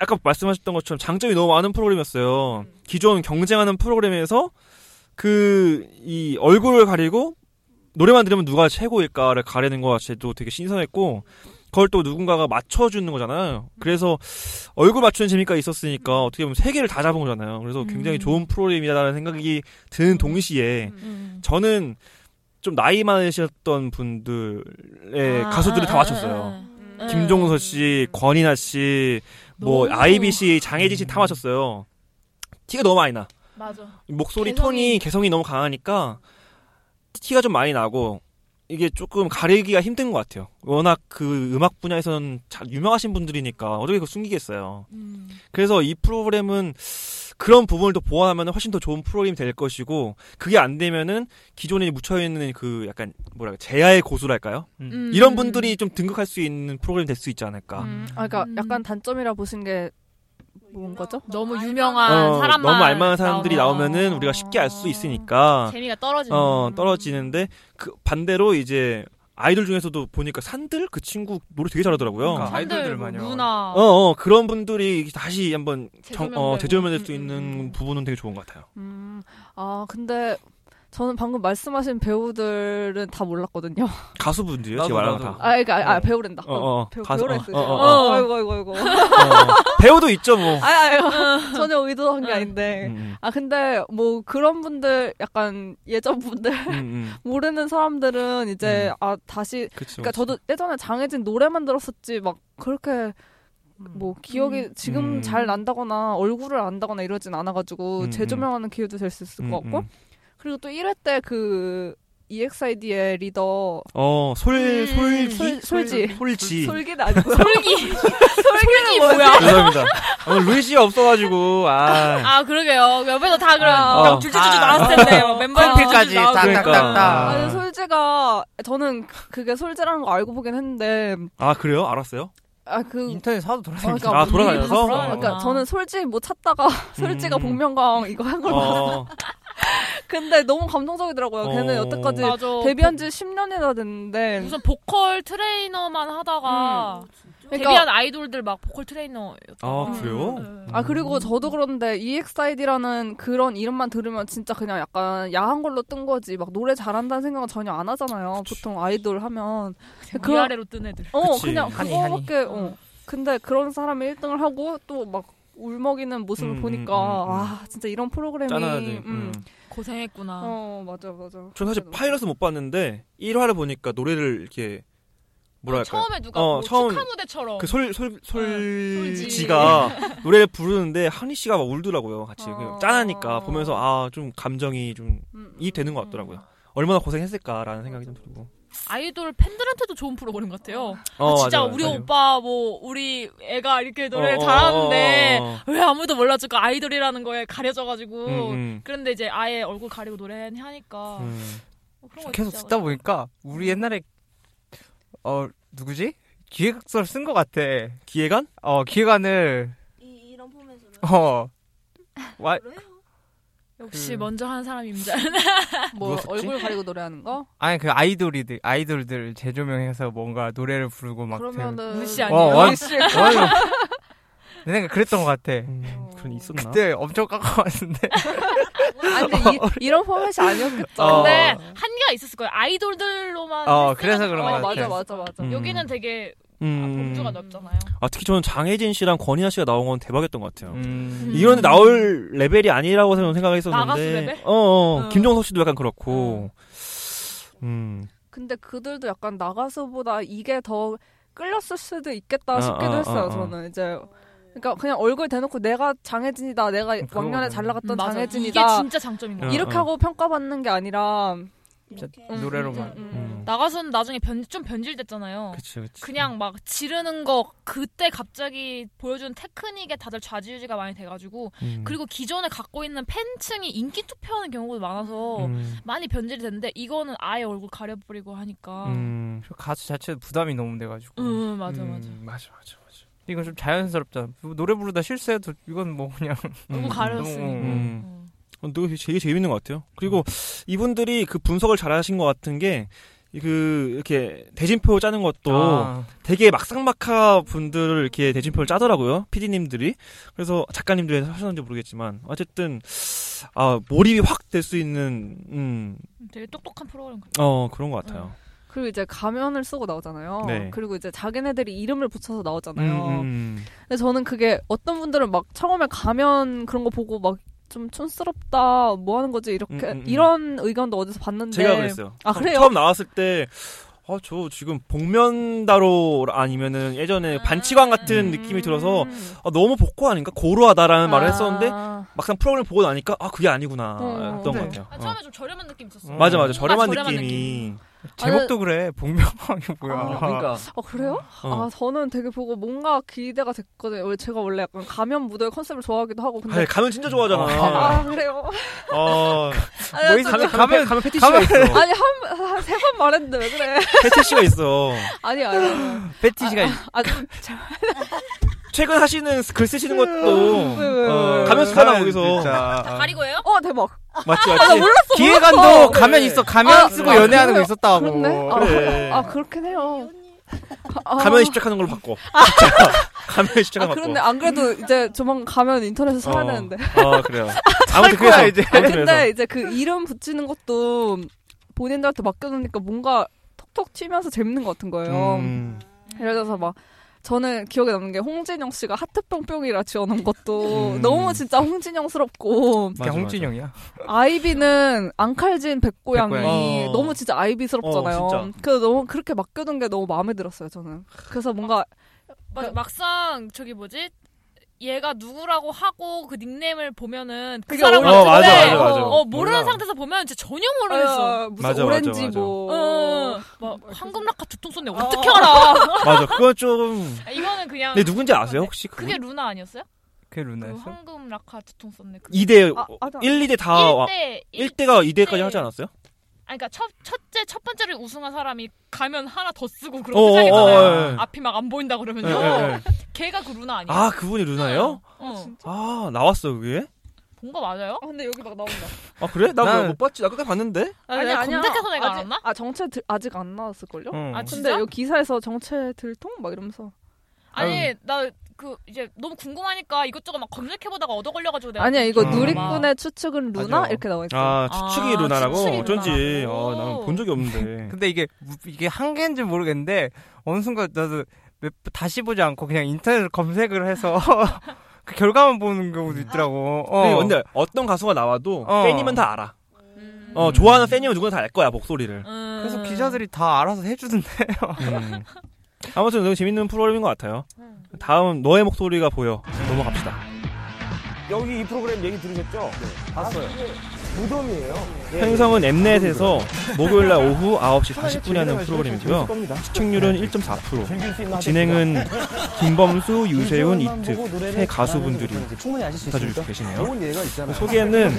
S4: 아까 말씀하셨던 것처럼 장점이 너무 많은 프로그램이었어요. 기존 경쟁하는 프로그램에서 그, 이 얼굴을 가리고 노래만 들으면 누가 최고일까를 가리는 것 자체도 되게 신선했고 그걸 또 누군가가 맞춰주는 거잖아요. 그래서 얼굴 맞추는 재미가
S12: 음.
S4: 있었으니까 어떻게 보면 세 개를 다 잡은 거잖아요. 그래서 굉장히 좋은 프로그램이라는 생각이 드는 동시에
S12: 음,
S4: 저는 좀 나이 많으셨던 분들의
S12: 아,
S4: 가수들을 다
S12: 아, 음,
S4: 맞췄어요. 김종서 씨, 권인아 씨,
S12: 너무-
S4: 뭐
S12: 음.
S4: 아이비 씨, 장혜진 씨 다 맞췄어요. 티가 너무 많이 나.
S7: 맞아.
S4: 목소리
S7: 개성이-
S4: 톤이 개성이 너무 강하니까 티가 좀 많이 나고 이게 조금 가리기가 힘든 것 같아요. 워낙 그 음악 분야에서는 잘 유명하신 분들이니까 어떻게 그 숨기겠어요.
S7: 음.
S4: 그래서 이 프로그램은 그런 부분을 또 보완하면 훨씬 더 좋은 프로그램이 될 것이고 그게 안 되면은 기존에 묻혀 있는 그 약간 뭐랄까 제야의 고수랄까요?
S6: 음.
S4: 이런 분들이 좀 등극할 수 있는 프로그램이 될 수 있지 않을까.
S6: 아, 그러니까 약간 단점이라 보신 게 뭔 거죠?
S7: 너무
S6: 아,
S7: 유명한
S4: 어,
S7: 사람만
S4: 너무 알만한 사람들이 나오면, 은 우리가 쉽게 알 수 있으니까
S7: 재미가 떨어지는.
S4: 어, 떨어지는데 그 반대로 이제 아이돌 중에서도 보니까 산들 그 친구 노래 되게 잘하더라고요.
S5: 그러니까 아이돌들만요.
S7: 누나.
S4: 어, 어 그런 분들이 다시 한번 정,
S6: 재조명되고.
S4: 어, 재조명될 수 있는 부분은 되게 좋은 것 같아요.
S6: 음, 아 근데 저는 방금 말씀하신 배우들은 다 몰랐거든요.
S4: 가수분들이요,
S5: 나도,
S4: 제가 말한 거
S5: 나도.
S4: 다.
S6: 아, 그러니까 아,
S4: 어.
S6: 아, 배우랜다.
S4: 어, 어,
S6: 배우,
S4: 가수,
S6: 배우라
S4: 어,
S6: 했어요.
S4: 어, 어, 어.
S6: 아이고 아이고 아이고.
S4: 배우도 있죠, 뭐.
S6: 아, 아, 전혀 의도한 게 아닌데.
S4: 음.
S6: 아, 근데 뭐 그런 분들 약간 예전 분들
S4: 음.
S6: 모르는 사람들은 이제 아 다시 그
S4: 그쵸,
S6: 러니까 저도 예전에 장혜진 노래만 들었었지 막 그렇게 뭐 기억이 지금
S4: 음.
S6: 잘 난다거나 얼굴을 안다거나 이러진 않아가지고
S4: 음,
S6: 재조명하는 기회도 될 수 있을 것
S4: 음,
S6: 같고
S4: 음.
S6: 그리고 또 1회 때 그 EXID의 리더
S4: 어, 솔, 솔기?
S6: 음, 솔, 솔지
S4: 솔지.
S6: 솔기는 아니고요
S7: 솔기
S6: 솔기는
S7: 뭐야?
S4: 죄송합니다. 오늘 루이 씨가 없어가지고, 아.
S7: 아 그러게요. 옆에서 다 그럼
S4: 어.
S7: 그냥
S5: 아.
S7: 줄줄줄 나왔을 텐데 뭐 멤버
S12: 커피까지
S7: 줄줄줄 나오고.
S4: 그러니까.
S6: 아니 솔지가 저는 그게 솔지라는 거 알고 보긴 했는데
S4: 아, 그래요? 알았어요?
S6: 아그 뭐
S5: 인터넷 사도 돌아다니죠.
S4: 아, 돌아다녀서? 음.
S6: 그러니까 저는 솔지 뭐 찾다가 솔지가 복면가왕 이거 한 걸 봤어.
S4: 어,
S6: 근데 너무 감동적이더라고요. 걔는
S4: 어.
S6: 여태까지
S7: 맞아.
S6: 데뷔한 지 10년이나 됐는데
S7: 무슨 보컬 트레이너만 하다가
S6: 그러니까-
S7: 데뷔한 아이돌들 막 보컬 트레이너.
S4: 아, 그래요?
S6: 아 그리고 저도 그런데 E EXID라는 그런 이름만 들으면 진짜 그냥 약간 야한 걸로 뜬 거지 막 노래 잘한다는 생각은 전혀 안 하잖아요. 보통 아이돌 하면
S7: 그 아래로 뜬 애들.
S6: 어
S7: 그치.
S6: 그냥
S7: 하니,
S6: 그거밖에 어. 근데 그런 사람이 1등을 하고 또 막 울먹이는 모습을
S4: 음,
S6: 보니까
S4: 음, 음, 음.
S6: 아 진짜 이런 프로그램이
S4: 짠하지. 음.
S7: 고생했구나.
S6: 어 맞아 맞아.
S4: 전
S7: 음.
S4: 사실 파일럿은 못 봤는데 1화를 보니까 노래를 이렇게 뭐랄까
S7: 처음에 누가 뭐 축하 무대처럼. 네,
S4: 그솔솔
S7: 솔지.
S4: 솔지가 노래를 부르는데 한희 씨가 막 울더라고요 같이 그
S7: 어.
S4: 짠하니까 보면서 아 좀 감정이
S7: 음,
S4: 좀 이 되는 것 같더라고요 얼마나 고생했을까라는 생각이 좀 들고
S7: 아이돌 팬들한테도 좋은 프로그램 같아요.
S4: 어,
S7: 아, 진짜
S4: 맞아요,
S7: 우리
S4: 맞아요.
S7: 오빠 뭐 우리 애가 이렇게 노래를
S4: 어,
S7: 잘하는데
S4: 어, 어,
S7: 왜 아무도 몰라줄까 아이돌이라는 거에 가려져가지고
S5: 음, 음.
S7: 그런데 이제 아예 얼굴 가리고 노래하니까 뭐 그런 거
S5: 계속
S7: 진짜
S5: 듣다 보니까 우리 옛날에 어 누구지 기획서를 쓴 것 같아.
S4: 기획안?
S5: 어 기획안을 이런 포맷으로. 어. 와
S7: 아, 역시
S5: 그-
S7: 먼저 하는 사람 임자.
S6: 뭐
S5: 누웠었지?
S6: 얼굴 가리고 노래하는 거?
S5: 아니 그 아이돌이들 아이돌들 재조명해서 뭔가 노래를 부르고 막.
S6: 그러면은
S7: 루시
S5: 되게- 어, 원,
S7: 루시.
S5: 원, 내 생각 그랬던 것 같아.
S4: 음, 그런 있었나?
S5: 그때 엄청 깎아왔는데.
S6: 아니 근데 이, 이런 포맷이 아니었겠죠.
S5: 어.
S7: 근데 한계가 있었을 거예요. 아이돌들로만.
S5: 어,
S7: 했으면-
S5: 그래서 그런 것
S7: 어,
S5: 같아요.
S6: 맞아, 맞아, 맞아.
S4: 음.
S7: 여기는 되게 아,
S4: 음.
S7: 범주가 넓잖아요.
S4: 아 특히 저는 장혜진 씨랑 권희나 씨가 나온 건 대박이었던 것 같아요
S5: 음.
S4: 이런 나올 레벨이 아니라고 저는
S6: 나가수
S4: 생각했었는데
S6: 레벨?
S4: 어, 어.
S6: 음.
S4: 김종석 씨도 약간
S7: 어.
S4: 그렇고 음
S6: 근데 그들도 약간 나가서보다 이게 더 끌렸을 수도 있겠다
S4: 아,
S6: 싶기도
S4: 아, 아,
S6: 했어요.
S4: 아.
S6: 저는 이제 그러니까 그냥 얼굴 대놓고 내가 장혜진이다, 내가 왕년에 잘 나갔던
S7: 음, 맞아.
S6: 장혜진이다.
S7: 이게 진짜 장점인 거야.
S6: 이렇게
S7: 어, 어.
S6: 하고 평가받는 게 아니라 음,
S5: 노래로만.
S7: 나가서는 나중에 변, 좀 변질됐잖아요.
S4: 어. 그치, 그치.
S7: 냥 막 지르는 거 그때 갑자기 보여준 테크닉에 다들 좌지우지가 많이 돼가지고
S4: 음.
S7: 그리고 기존에 갖고 있는 팬층이 인기 투표하는 경우도 많아서
S5: 음.
S7: 많이 변질이 됐는데 이거는 아예 얼굴 가려버리고 하니까
S4: 음.
S5: 그 가수 자체도 부담이 너무 돼가지고.
S7: 음, 맞아,
S5: 맞아 맞아 맞아. 이건 좀 자연스럽잖아. 뭐 노래 부르다 실수해도 이건 뭐 그냥
S4: 너무
S7: 가렸으니까.
S4: 음. 어, 되게, 되게 재밌는 것 같아요. 그리고
S7: 음.
S4: 이분들이 그 분석을 잘하신 것 같은 게. 이 그 이렇게 대진표 짜는 것도
S5: 아.
S4: 되게 막상막하 분들을 이렇게 대진표를 짜더라고요 PD님들이 그래서 작가님들이 하셨는지 모르겠지만 어쨌든 아 몰입이 확 될 수 있는 음,
S7: 되게 똑똑한 프로그램 같아요.
S4: 어 그런 것 같아요.
S6: 그리고 이제 가면을 쓰고 나오잖아요.
S4: 네.
S6: 그리고 이제 자기네들이 이름을 붙여서
S4: 음,
S6: 나오잖아요.
S4: 음,
S6: 근데 저는 그게 어떤 분들은 막 처음에 가면 그런 거 보고 막 좀 촌스럽다 뭐 하는 거지 이렇게
S4: 음, 음, 음.
S6: 이런 의견도 어디서 봤는데
S4: 제가 그랬어요.
S6: 아
S4: 처-
S6: 그래요?
S4: 처음 나왔을 때. 아, 저 지금 복면다로 아니면은 예전에 네, 반치광 같은
S6: 음.
S4: 느낌이 들어서 아, 너무 복고 아닌가 고루하다라는 말을 했었는데
S6: 아,
S4: 막상 프로그램 보고 나니까 아 그게 아니구나
S6: 어,
S4: 했던
S6: 네.
S4: 것 같아요.
S7: 아,
S4: 어.
S7: 처음에 좀 저렴한 느낌 있었어.
S4: 맞아 맞아 저렴한,
S7: 저렴한
S4: 느낌이
S5: 제목도 그래. 복면가왕이 뭐야.
S4: 그러니까.
S6: 어 그래요?
S4: 어.
S6: 아 저는 되게 보고 뭔가 기대가 됐거든요. 왜 제가 원래 약간 가면 무대 컨셉을 좋아하기도 하고 근데
S4: 아니, 가면 진짜 좋아하잖아.
S6: 아 그래요?
S4: 어,
S6: 아니,
S5: 뭐 있어?
S6: 저는-
S5: 가면 가면 가면
S4: 패티시가 있어.
S6: 아니 한세번 말했는데 왜 그래?
S4: 패티시가 있어.
S6: 아니 아니
S5: 패티시가 있-
S6: 아좀
S4: 최근 하시는 글 쓰시는
S6: 왜, 왜,
S4: 것도
S5: 어,
S4: 가면 스카나
S5: 가면
S4: 거기서
S5: 진짜.
S7: 다 아. 가리고예요?
S6: 어 대박.
S4: 맞지 맞지.
S5: 아, 기획안도
S7: 네.
S5: 가면 있어. 가면
S6: 아,
S5: 쓰고
S6: 아,
S5: 연애하는 거
S6: 그래요?
S5: 있었다고. 음.
S6: 그렇네. 아,
S4: 어. 그래.
S6: 아 그렇긴 해요. 아,
S4: 가면 시작하는 걸로 바꿔. 가면
S6: 아
S4: 시작하는
S6: 그런데
S4: 바꿔.
S6: 안 그래도 이제 조만간 가면 인터넷에 서 사야
S4: 어.
S6: 되는데.
S4: 아 그래요. 아무튼 그래서 이제.
S6: 아,
S4: 아무튼 그래서.
S6: 근데 이제 그 이름 붙이는 것도 본인들한테 맡겨놓으니까 뭔가 톡톡 튀면서 재밌는 것 같은 거예요.
S4: 음,
S6: 예를 들어서 막 저는 기억에 남는 게 홍진영 씨가 하트 뿅뿅이라 지어놓은 것도
S4: 음.
S6: 너무 진짜 홍진영스럽고
S5: 그냥
S4: 맞아,
S5: 홍진영이야.
S6: 아이비는 앙칼진 백고양이
S4: 백고양이. 어.
S6: 너무 진짜 아이비스럽잖아요.
S4: 어, 진짜.
S6: 그래서 너무 그렇게 맡겨둔 게 너무 마음에 들었어요 저는. 그래서 뭔가
S7: 맞아. 막상 저기 뭐지? 얘가 누구라고 하고 그 닉네임을 보면은 그
S6: 그게
S7: 사람
S6: 어울리는데.
S4: 어, 맞아, 맞아,
S7: 어,
S4: 맞아.
S7: 어, 모르는
S5: 몰라.
S7: 상태에서 보면 진짜 전혀 모르겠어.
S6: 어, 무슨
S4: 맞아, 맞아,
S6: 오렌지
S4: 맞아.
S6: 뭐
S7: 어, 막 황금락화 두통 쏜네 어떻게 알아?
S4: 맞아. 그건 좀.
S7: 아, 이거는 그냥
S4: 근데 누군지 아세요 혹시? 그
S7: 그게 루나 아니었어요?
S5: 그게
S7: 그
S5: 루나였어?
S7: 황금락화 두통 쏜네. 그게
S4: 2대
S6: 아, 아, 아.
S4: 1, 2대 다 와-
S7: 어. 1대 1
S4: 1대가 2대까지 하지 않았어요?
S7: 아니, 그러니까 첫 첫째 첫 번째로 우승한 사람이 가면 하나 더 쓰고
S4: 어,
S7: 그렇게
S4: 어, 어,
S7: 시작했잖아요.
S4: 예.
S7: 앞이 막 안 보인다 그러면서
S4: 예, 예, 예.
S7: 걔가 그 루나 아니야?
S4: 아 그분이 루나예요?
S7: 어.
S4: 아 나왔어 그게?
S7: 본거 맞아요?
S6: 아, 근데 여기 막 나온다.
S4: 아 그래? 나
S5: 난-
S4: 못 봤지. 나 끝까지 봤는데.
S7: 아니, 아니 검색해서 내가
S6: 아직,
S7: 알았나?
S6: 아 정체 들, 아직 안 나왔을걸요?
S4: 응.
S7: 아,
S6: 근데
S7: 진짜?
S6: 여기 기사에서 정체 들통 막 이러면서
S4: 음.
S7: 아니 나 그 이제 너무 궁금하니까 이것저것 막 검색해보다가 얻어 걸려가지고 뭐 내가
S6: 아니야 이거
S4: 아,
S6: 누리꾼의 추측은 루나
S5: 맞아.
S6: 이렇게 나와 있어.
S4: 아 추측이
S7: 아,
S4: 루나라고
S7: 추측이
S4: 어쩐지
S7: 루나라고.
S4: 아, 난본 적이 없는데.
S5: 근데 이게 무- 이게 한 개인지 모르겠는데 어느 순간 나도 몇, 번 다시 보지 않고 그냥 인터넷으로 검색을 해서 그 결과만 보는 경우도 있더라고.
S4: 근데,
S5: 어.
S4: 근데 어떤 가수가 나와도
S5: 어.
S4: 팬이면 다 알아.
S7: 음.
S4: 어 좋아하는 팬이면 누구나 다 알 거야 목소리를.
S7: 음.
S5: 그래서 기자들이 다 알아서 해주던데요.
S4: 음. 아무튼 너무 재밌는 프로그램인 것 같아요. 다음 너의 목소리가 보여 넘어갑시다.
S8: 여기 이 프로그램 얘기 들으셨죠?
S4: 네.
S8: 봤어요. 무덤이에요.
S4: 행성은 엠넷에서 목요일 날 오후 9시 40분에 하는 프로그램이고요. 시청률은 1.4%. 진행은 김범수, 유세윤, 이특 세 가수분들이
S10: 충분히 아실 수
S4: 맡아주고 계시네요.
S10: 좋은 예가 있잖아요.
S4: 소개는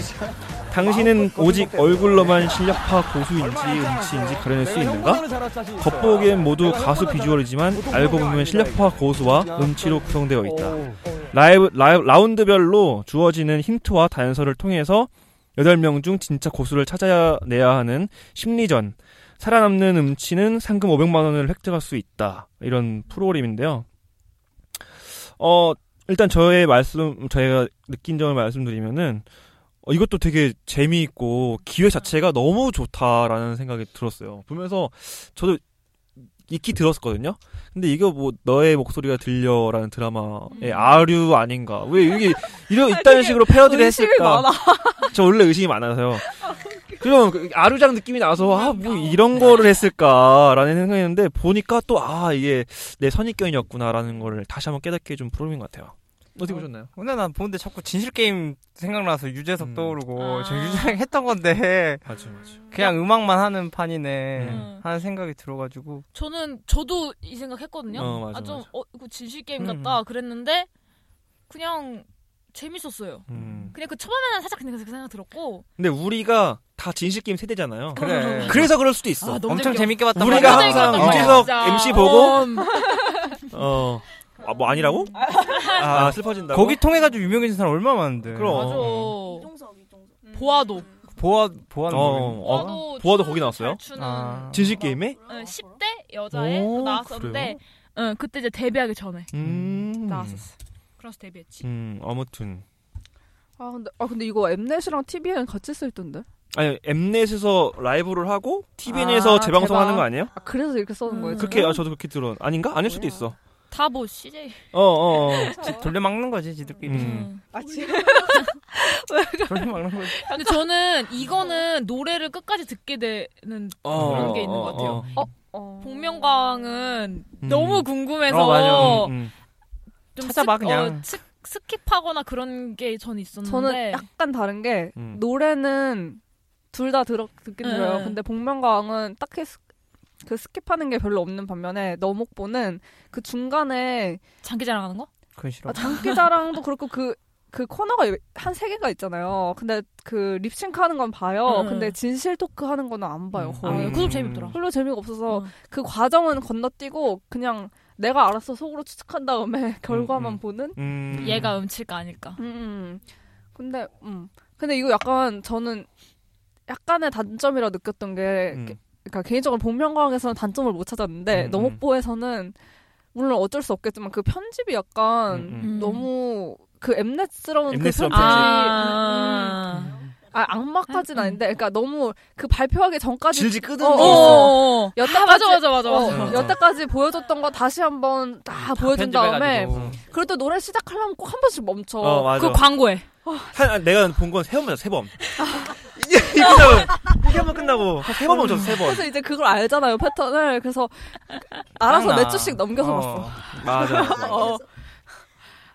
S4: 당신은 오직 얼굴로만 실력파 고수인지 음치인지 가려낼 수 있는가? 겉보기엔 모두 가수 비주얼이지만 알고 보면 실력파 고수와 음치로 구성되어 있다. 라이브, 라운드별로 주어지는 힌트와 단서를 통해서 8명 중 진짜 고수를 찾아내야 하는 심리전. 살아남는 음치는 상금 500만원을 획득할 수 있다. 이런 프로그램인데요. 어, 일단 저의 말씀, 저희가 느낀 점을 말씀드리면은, 어, 이것도 되게 재미있고, 기회 자체가 너무 좋다라는 생각이 들었어요. 보면서, 저도 익히 들었거든요? 근데 이거 뭐, 너의 목소리가 들려라는 드라마의 아류 아닌가. 왜 이게, 이런, 이딴 식으로 패러디를
S6: 의심이
S4: 했을까.
S6: 많아.
S4: 저 원래 의심이 많아서요. 그럼 그 아류장 느낌이 나서 아 뭐 이런 거를 했을까라는 생각했는데 보니까 또 아 이게 내 선입견이었구나라는 거를 다시 한번 깨닫게 해준 프로그램인 것 같아요. 어떻게 보셨나요?
S5: 근데 난 보는데 자꾸 진실 게임 생각나서 유재석
S4: 음.
S5: 떠오르고
S7: 아.
S5: 제가 유재석 했던 건데
S4: 맞아요, 맞아요.
S5: 그냥 음악만 하는 판이네
S4: 음.
S5: 하는 생각이 들어가지고
S7: 저는 저도 이 생각했거든요.
S4: 어, 맞아,
S7: 아, 좀
S4: 맞아.
S7: 어, 이거 진실 게임
S4: 음,
S7: 같다 그랬는데 그냥 재밌었어요.
S4: 음.
S7: 그냥 그 처음에는 살짝 그냥 그 생각 들었고
S4: 근데 우리가 다 진실 게임 세대잖아요.
S5: 그래
S4: 그래서 그럴 수도 있어.
S7: 아, 너무
S5: 엄청
S7: 재밌게
S5: 재밌게 봤단
S4: 우리가
S5: 말이야.
S4: 항상
S7: 맞아,
S4: 유재석
S7: 맞아.
S4: MC 보고
S7: 음.
S4: 어. 아, 뭐 아니라고? 아,
S5: 아,
S4: 슬퍼진다고.
S5: 거기 통해 가지고 유명해진 사람 얼마 나 많은데.
S4: 그럼.
S7: 맞아.
S9: 이종석, 이종석.
S7: 어. 음. 보아도
S3: 음,
S5: 보아 보아는
S4: 어,
S5: 모르겠네.
S4: 어,
S7: 보아도
S4: 보아도
S7: 춤을
S4: 거기 나왔어요?
S7: 잘 추는
S5: 아.
S4: 진실 게임에?
S7: 응, 10대 여자에 그
S4: 오,
S7: 나왔었는데 응, 그때 이제 데뷔하기 전에
S4: 음.
S7: 나왔었어. 그래서 데뷔했지.
S4: 음, 아무튼
S6: 아 근데 아 근데 이거 엠넷이랑 TVN 같이 쓸 텐데.
S4: 아니 엠넷에서 라이브를 하고 TVN에서
S6: 아,
S4: 재방송하는
S6: 재방.
S4: 거
S7: 음.
S4: 아니에요?
S6: 아, 그래서 이렇게 써는 거예요.
S4: 그렇게 아, 저도 그렇게 들어 아닌가 아닐 수도 있어.
S7: 다뭐 CJ.
S4: 어어 음. 어.
S5: 돌려막는 거지
S7: 음.
S5: 지들끼리. 음.
S9: 아 지금
S5: 돌려막는 거지.
S7: 근데 저는 이거는 노래를 끝까지 듣게 되는
S5: 어,
S7: 그런 게 있는
S5: 어,
S7: 것 같아요.
S5: 어.
S7: 어, 복면가왕은
S5: 음.
S7: 너무 궁금해서
S5: 어, 맞아. 음, 음.
S7: 좀
S5: 찾아봐,
S7: 스-
S5: 그냥.
S7: 어, 스- 스킵하거나 그런 게 전 있었는데
S6: 저는 약간 다른 게
S4: 음.
S6: 노래는 둘 다 들어 듣긴
S7: 응,
S6: 들어요.
S7: 응.
S6: 근데 복면가왕은 딱히 스, 그 스킵하는 게 별로 없는 반면에 너목보는 그 중간에
S7: 장기자랑하는 거?
S5: 그건 싫어.
S6: 아, 장기자랑도 그렇고 그. 그 코너가 한 세 개가 있잖아요. 근데 그 립싱크하는 건 봐요.
S7: 응,
S6: 근데
S7: 응.
S6: 진실 토크 하는 거는 안 봐요.
S7: 음. 아,
S6: 거의.
S7: 그거 재밌더라. 음.
S6: 별로 재미가 없어서 그 과정은 건너뛰고 그냥 내가 알아서 속으로 추측한 다음에 결과만 보는.
S7: 얘가 음칠까 아닐까.
S6: 음. 근데 음. 근데 이거 약간 저는 약간의 단점이라 느꼈던 게 게- 그러니까 개인적으로 복면가왕에서는 단점을 못 찾았는데
S4: 음,
S6: 너목보에서는 물론 어쩔 수 없겠지만 그 편집이 약간
S4: 음.
S6: 너무 그 엠넷스러운 그
S4: 엠넷스러운
S6: 편집이
S4: 편집.
S7: 아.
S6: 음. 아 악마까진
S7: 음.
S6: 아닌데 그러니까 너무 그 발표하기
S7: 아,
S6: 전까지
S4: 질질
S7: 그
S4: 끄는
S6: 어,
S4: 게
S6: 어,
S4: 있어.
S6: 어, 어. 여태까지
S7: 맞아, 맞아, 맞아,
S6: 어,
S7: 맞아.
S6: 여태까지 보여줬던 거 다시 한번 다 보여준 다음에
S4: 편집해가지고.
S6: 그리고 또 노래 시작하려면 꼭 한 번씩 멈춰
S4: 어, 맞아. 그
S7: 광고해
S4: 한, 아, 내가 본 건 세 번이야 세 번. 이게 끝나고 이게 한번 끝나고 한 세 번 멈췄어 세 번.
S6: 그래서 이제 그걸 알잖아요 패턴을 그래서 알아서
S4: 짱나.
S6: 몇 주씩 넘겨서
S4: 어.
S6: 봤어
S4: 맞아, 맞아.
S6: 어.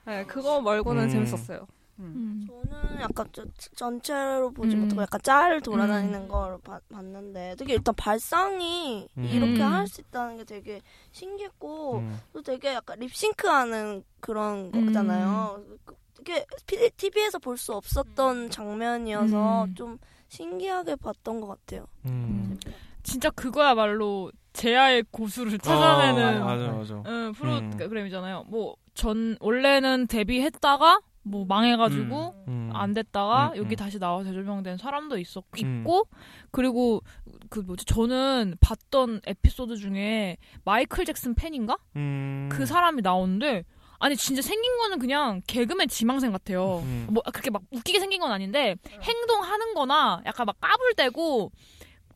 S6: 네, 그거 말고는
S4: 음.
S6: 재밌었어요
S3: 저는 약간 저, 전체로 보지
S6: 음.
S3: 못하고 약간 짤을 돌아다니는
S6: 음.
S3: 걸 봐- 봤는데 되게 일단 발상이
S9: 음.
S3: 이렇게
S9: 음.
S3: 할 수 있다는 게 되게 신기했고
S9: 음.
S3: 또 되게 약간 립싱크하는 그런
S7: 음.
S3: 거잖아요. 그- 그게 TV에서 볼 수 없었던
S7: 음.
S3: 장면이어서 좀 신기하게 봤던 것 같아요.
S4: 음.
S7: 진짜 그거야말로 제아의 고수를 찾아내는
S4: 아, 맞아, 맞아.
S7: 응,
S4: 음.
S7: 프로그램이잖아요. 뭐 전 원래는 데뷔했다가 뭐 망해가지고
S4: 음, 음.
S7: 안 됐다가
S4: 음, 음.
S7: 여기 다시 나와 재조명된 사람도 있었
S4: 음.
S7: 있고 그리고 그 뭐지 저는 봤던 에피소드 중에 마이클 잭슨 팬인가
S4: 음.
S7: 그 사람이 나오는데 아니 진짜 생긴 거는 그냥 개그맨 지망생 같아요.
S4: 음.
S7: 뭐 그렇게 막 웃기게 생긴 건 아닌데 행동하는거나 약간 막 까불대고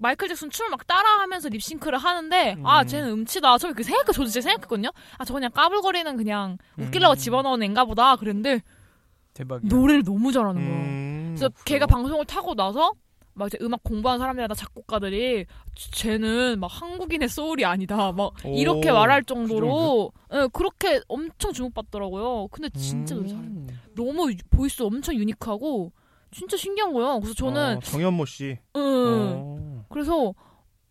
S7: 마이클 잭슨 춤을 막 따라하면서 립싱크를 하는데 아 쟤는 음치다. 저그 생각 저도 진짜 생각했거든요. 아 저 그냥 까불거리는 그냥
S4: 음.
S7: 웃기려고 집어넣은 애인가 보다. 그랬는데
S5: 대박이야. 음.
S7: 노래를 너무
S4: 음.
S7: 잘하는
S5: 거야.
S7: 그래서 걔가 방송을 타고 나서 막 이제 음악 공부한 사람이나 작곡가들이 쟤는 막 한국인의 소울이 아니다 막
S5: 오,
S7: 이렇게 말할 정도로
S5: 그
S7: 예, 그렇게 엄청 주목받더라고요. 근데 진짜 노래 잘해.
S5: 음.
S4: 음.
S7: 너무 유- 보이스도 엄청 유니크하고 진짜 신기한 거예요. 그래서 저는 음.
S4: 어, 정현모 씨.
S7: 응.
S4: 어.
S7: 그래서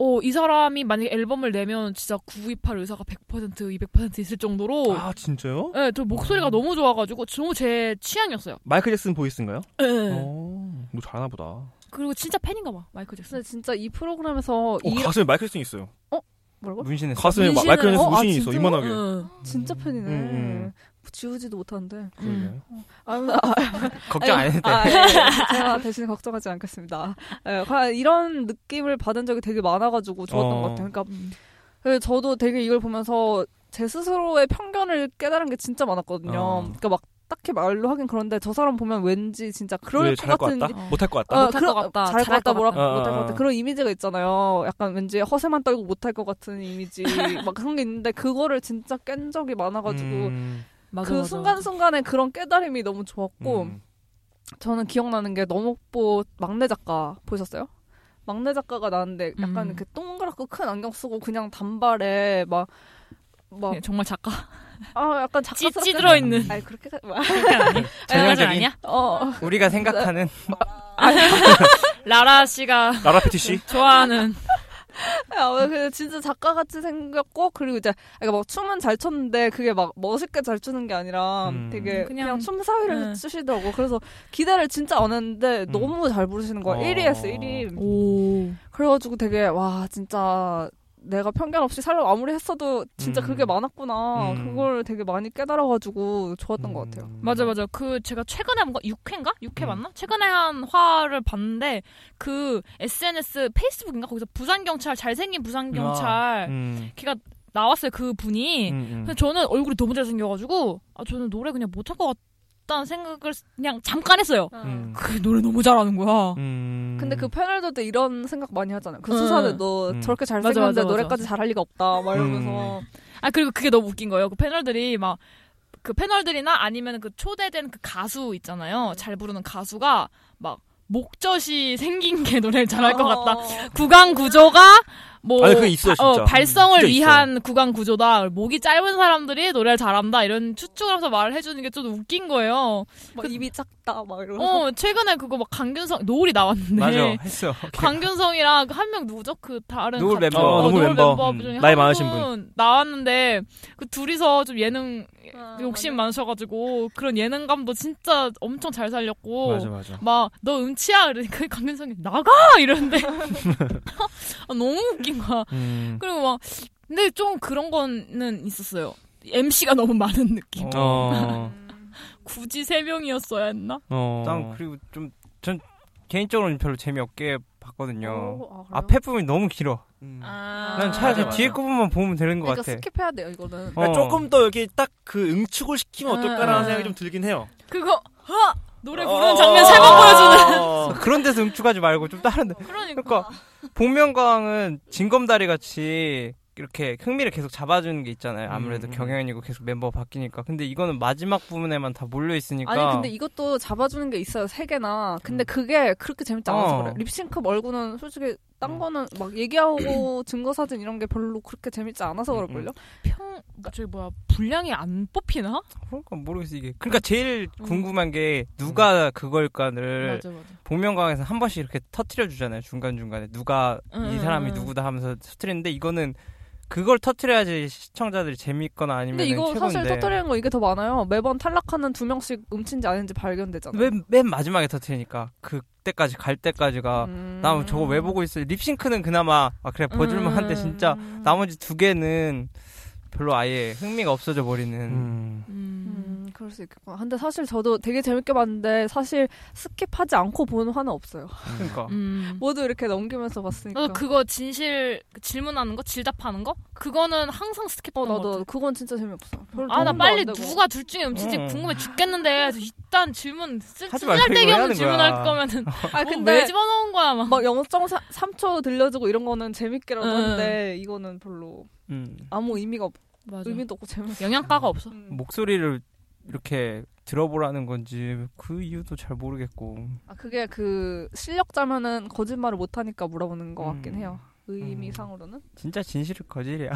S7: 어, 이 사람이 만약에 앨범을 내면 진짜 구입할 의사가 100% 200% 있을 정도로
S4: 아 진짜요? 음.
S7: 예, 저 목소리가 너무 좋아가지고 너무 제 취향이었어요.
S4: 마이클 잭슨 보이스인가요?
S7: 예.
S4: 어, 뭐 잘하나 보다.
S7: 그리고 진짜 팬인가 봐 마이클 잭슨.
S6: 근데 진짜 이 프로그램에서
S4: 어,
S6: 이
S4: 가슴에 마이클 잭슨 있어요.
S6: 어? 뭐라고?
S4: 문신에 가슴에 마- 마이클 잭슨
S6: 어, 아,
S4: 문신이 있어
S6: 진짜요?
S4: 이만하게.
S6: 진짜 팬이네. 뭐
S4: 음, 음.
S6: 지우지도 못하는데.
S4: 그러게요.
S7: 음.
S6: 어. 아, 아,
S5: 걱정 안 해도 돼.
S6: 아, 예, 예. 제가 대신 걱정하지 않겠습니다. 예, 과연 이런 느낌을 받은 적이 되게 많아가지고 좋았던
S4: 어.
S6: 것 같아요. 그러니까
S7: 음.
S6: 예, 저도 되게 이걸 보면서 제 스스로의 편견을 깨달은 게 진짜 많았거든요.
S4: 어.
S6: 그러니까 막 딱히 말로 하긴 그런데 저 사람 보면 왠지 진짜 그럴
S7: 음.
S4: 왜
S6: 것
S4: 네, 잘할 것
S6: 같은
S4: 같다?
S6: 이-
S4: 못할 것 같다?
S7: 못할
S6: 그런-
S7: 것 같다.
S6: 잘할 것
S7: 잘할
S6: 같다.
S7: 것
S6: 뭐라
S4: 같다.
S6: 못할 것
S4: 어,
S6: 같다.
S4: 어.
S6: 그런 이미지가 있잖아요. 약간 왠지 허세만 떨고 못할 것 같은 이미지 막 그런 게 있는데 그거를 진짜 깬 적이 많아가지고
S4: 음.
S5: 음.
S7: 맞아,
S6: 그
S7: 맞아,
S6: 순간순간에 그런 깨달음이 너무 좋았고
S7: 음.
S6: 저는 기억나는 게 너목보 막내 작가 보셨어요? 막내 작가가 나왔는데 약간
S7: 음.
S6: 이렇게 동그랗고 큰 안경 쓰고 그냥 단발에 막 막
S7: 예, 정말 작가.
S6: 아 약간 작가
S7: 찌- 찌들어 있는.
S6: 아니 그렇게
S7: 아,
S5: 전형적인
S6: 어.
S5: 우리가 생각하는
S7: 라라 씨가
S4: 라라 피티 씨?
S7: 좋아하는
S6: 야, 왜 아, 그래, 진짜 작가 같이 생겼고 그리고 이제 그러니까 막 춤은 잘 췄는데 그게 막 멋있게 잘 추는 게 아니라 되게 그냥, 춤 사위를
S7: 음, 네.
S6: 추시더라고. 그래서 기대를 진짜 안 했는데 너무 잘 부르시는 거야.
S7: 어.
S6: 1위 했어 1위.
S7: 오.
S6: 그래가지고 되게 와 진짜 내가 편견 없이 살려 아무리 했어도 진짜 그게 많았구나.
S7: 음.
S6: 그걸 되게 많이 깨달아가지고 좋았던 것 같아요.
S4: 음.
S7: 맞아 맞아 그 제가 최근에 뭔가 6회인가 6회 맞나 최근에 한 화를 봤는데 그 SNS 페이스북인가 거기서 부산 경찰 잘생긴 부산 경찰
S4: 음.
S7: 걔가 나왔어요 그 분이
S4: 음, 음.
S7: 근데 저는 얼굴이 너무 잘생겨가지고 아 저는 노래 그냥 못할 것 싶다는 생각을 그냥 잠깐 했어요.
S4: 음.
S7: 그 어. 노래 너무 잘하는 거야.
S6: 아.
S5: 음.
S6: 근데 그 패널들도 이런 생각 많이 하잖아요. 그
S7: 응.
S6: 수사는 너
S7: 응.
S6: 저렇게
S7: 맞아,
S6: 잘생겼는데
S7: 맞아, 맞아.
S6: 노래까지 잘할 리가 없다. 막 이러면서.
S7: 아 그리고 그게 너무 웃긴 거예요. 그 패널들이 막 그 패널들이나 아니면 그 초대된 그 가수 있잖아요. 잘 부르는 가수가 막 목젖이 생긴 게 노래를 잘할 것 같다. 구강 구조가 뭐
S4: 아니, 그거 있어요,
S7: 바- 어,
S4: 진짜.
S7: 발성을
S4: 진짜 있어.
S7: 위한 구강 구조다. 목이 짧은 사람들이 노래를 잘한다. 이런 추측을 하면서 말을 해주는 게 좀 웃긴 거예요.
S3: 막 입이 작다 막 이러면서.
S7: 어 최근에 그거 막 강균성 노을이 나왔는데
S4: 음. 맞아 했어.
S7: 네. 광균성이랑 그 한 명 누구죠? 그 다른
S4: 노을
S7: 가-
S4: 멤버.
S7: 어,
S4: 어, 노을
S7: 노을
S4: 멤버.
S7: 멤버
S4: 음.
S7: 중에
S4: 나이
S7: 한
S4: 많으신
S7: 나왔는데 그 둘이서 좀 예능 욕심 많으셔가지고 그런 예능감도 진짜 엄청 잘 살렸고
S4: 맞아, 맞아.
S7: 막 너 음치야 이러니까 강균성이 나가 이러는데 아, 너무 웃긴 거야.
S4: 음.
S7: 그리고 막 근데 좀 그런 거는 있었어요. MC가 너무 많은 느낌.
S4: 어.
S7: 굳이 세 명이었어야 했나?
S4: 어.
S5: 난 그리고 좀 전 개인적으로는 별로 재미없게 봤거든요.
S6: 어, 아, 그래요?
S5: 앞에 부분이 너무 길어.
S4: 음.
S7: 아.
S5: 난 차라리
S4: 맞아, 맞아.
S5: 뒤에 부분만 보면 되는 것
S6: 그러니까
S5: 같아.
S6: 스킵해야 돼요, 이거는.
S5: 어.
S4: 그러니까 조금 더 여기 딱 그 응축을 시키면 어떨까라는
S7: 음.
S4: 생각이 좀 들긴 해요.
S7: 그거 하! 노래
S4: 어.
S7: 부르는 장면 살짝 보여주는
S5: 아, 그런 데서 응축하지 말고 좀 다른 데.
S7: 그러니까.
S5: 복면가왕은 진검다리 같이 이렇게 흥미를 계속 잡아주는 게 있잖아요. 아무래도
S4: 음.
S5: 경연이고 계속 멤버가 바뀌니까. 근데 이거는 마지막 부분에만 다 몰려 있으니까. 음.
S6: 아니 근데 이것도 잡아주는 게 있어요 세 개나 근데 그게 그렇게 재밌지 않아서
S5: 어. 음.
S6: 그래 립싱크 말고는 솔직히 딴 거는 막 얘기하고 증거사진 이런 게 별로 그렇게 재밌지 않아서
S5: 음,
S6: 그럴걸요
S7: 평 저기 뭐야 분량이 안 뽑히나?
S5: 그러니까 모르겠어 이게. 그러니까 제일
S6: 음.
S5: 궁금한 게
S4: 음.
S5: 누가 그걸까를
S7: 맞아 맞아.
S5: 복면가왕에서 한 번씩 이렇게 터트려 주잖아요. 중간 중간에 누가
S7: 음,
S5: 이
S7: 음,
S5: 사람이
S7: 음.
S5: 누구다 하면서 터트리는데 이거는 그걸 터트려야지 시청자들이 재밌거나 아니면
S6: 근데 이거
S5: 최고인데.
S6: 사실 터뜨리는 거 이게 더 많아요 매번 탈락하는 두 명씩 음친지 아닌지 발견되잖아요
S7: 음.
S5: 맨, 맨 마지막에 터트리니까 그때까지 갈 때까지가
S7: 음.
S5: 나 저거 왜 보고 있어 립싱크는 그나마 아 그래 버줄만
S7: 음,
S5: 한데 진짜 나머지 두 개는 별로 아예 흥미가 없어져 버리는
S4: 음.
S6: 음, 그럴 수 있겠구나 근데 사실 저도 되게 재밌게 봤는데 사실 스킵하지 않고 보는 화는 없어요
S5: 그러니까
S7: 음.
S6: 모두 이렇게 넘기면서 봤으니까
S7: 나도 어, 그거 진실 그 질문하는 거 질답하는 거 그거는 항상 스킵했던
S6: 어,
S7: 것 같아.
S6: 나도 그건 진짜 재미없어 별로
S7: 아 나
S6: 도움도
S7: 빨리
S6: 안 되고.
S7: 누가 둘 중에 음치지
S6: 응.
S7: 궁금해 죽겠는데 일단 질문 쓸-
S6: 하지 말고
S7: 쓸데기
S6: 이거 해야
S7: 없는
S6: 하는
S7: 질문할
S6: 거야.
S7: 거면은
S6: 아
S7: 뭐
S6: 근데
S7: 왜 집어넣은 거야 막.
S6: 막 0.3초 들려주고 이런 거는 재밌게라도
S7: 응.
S6: 하는데 이거는 별로
S5: 음.
S6: 아무 의미가 없.
S7: 맞아.
S6: 의미도 없고 재밌어.
S7: 영양가가 없어.
S5: 목소리를 이렇게 들어보라는 건지 그 이유도 잘 모르겠고
S6: 아 그게 그 실력자면은 거짓말을 못 하니까 물어보는 것 같긴
S5: 음.
S6: 해요. 의미상으로는.
S5: 진짜 진실은 거질이야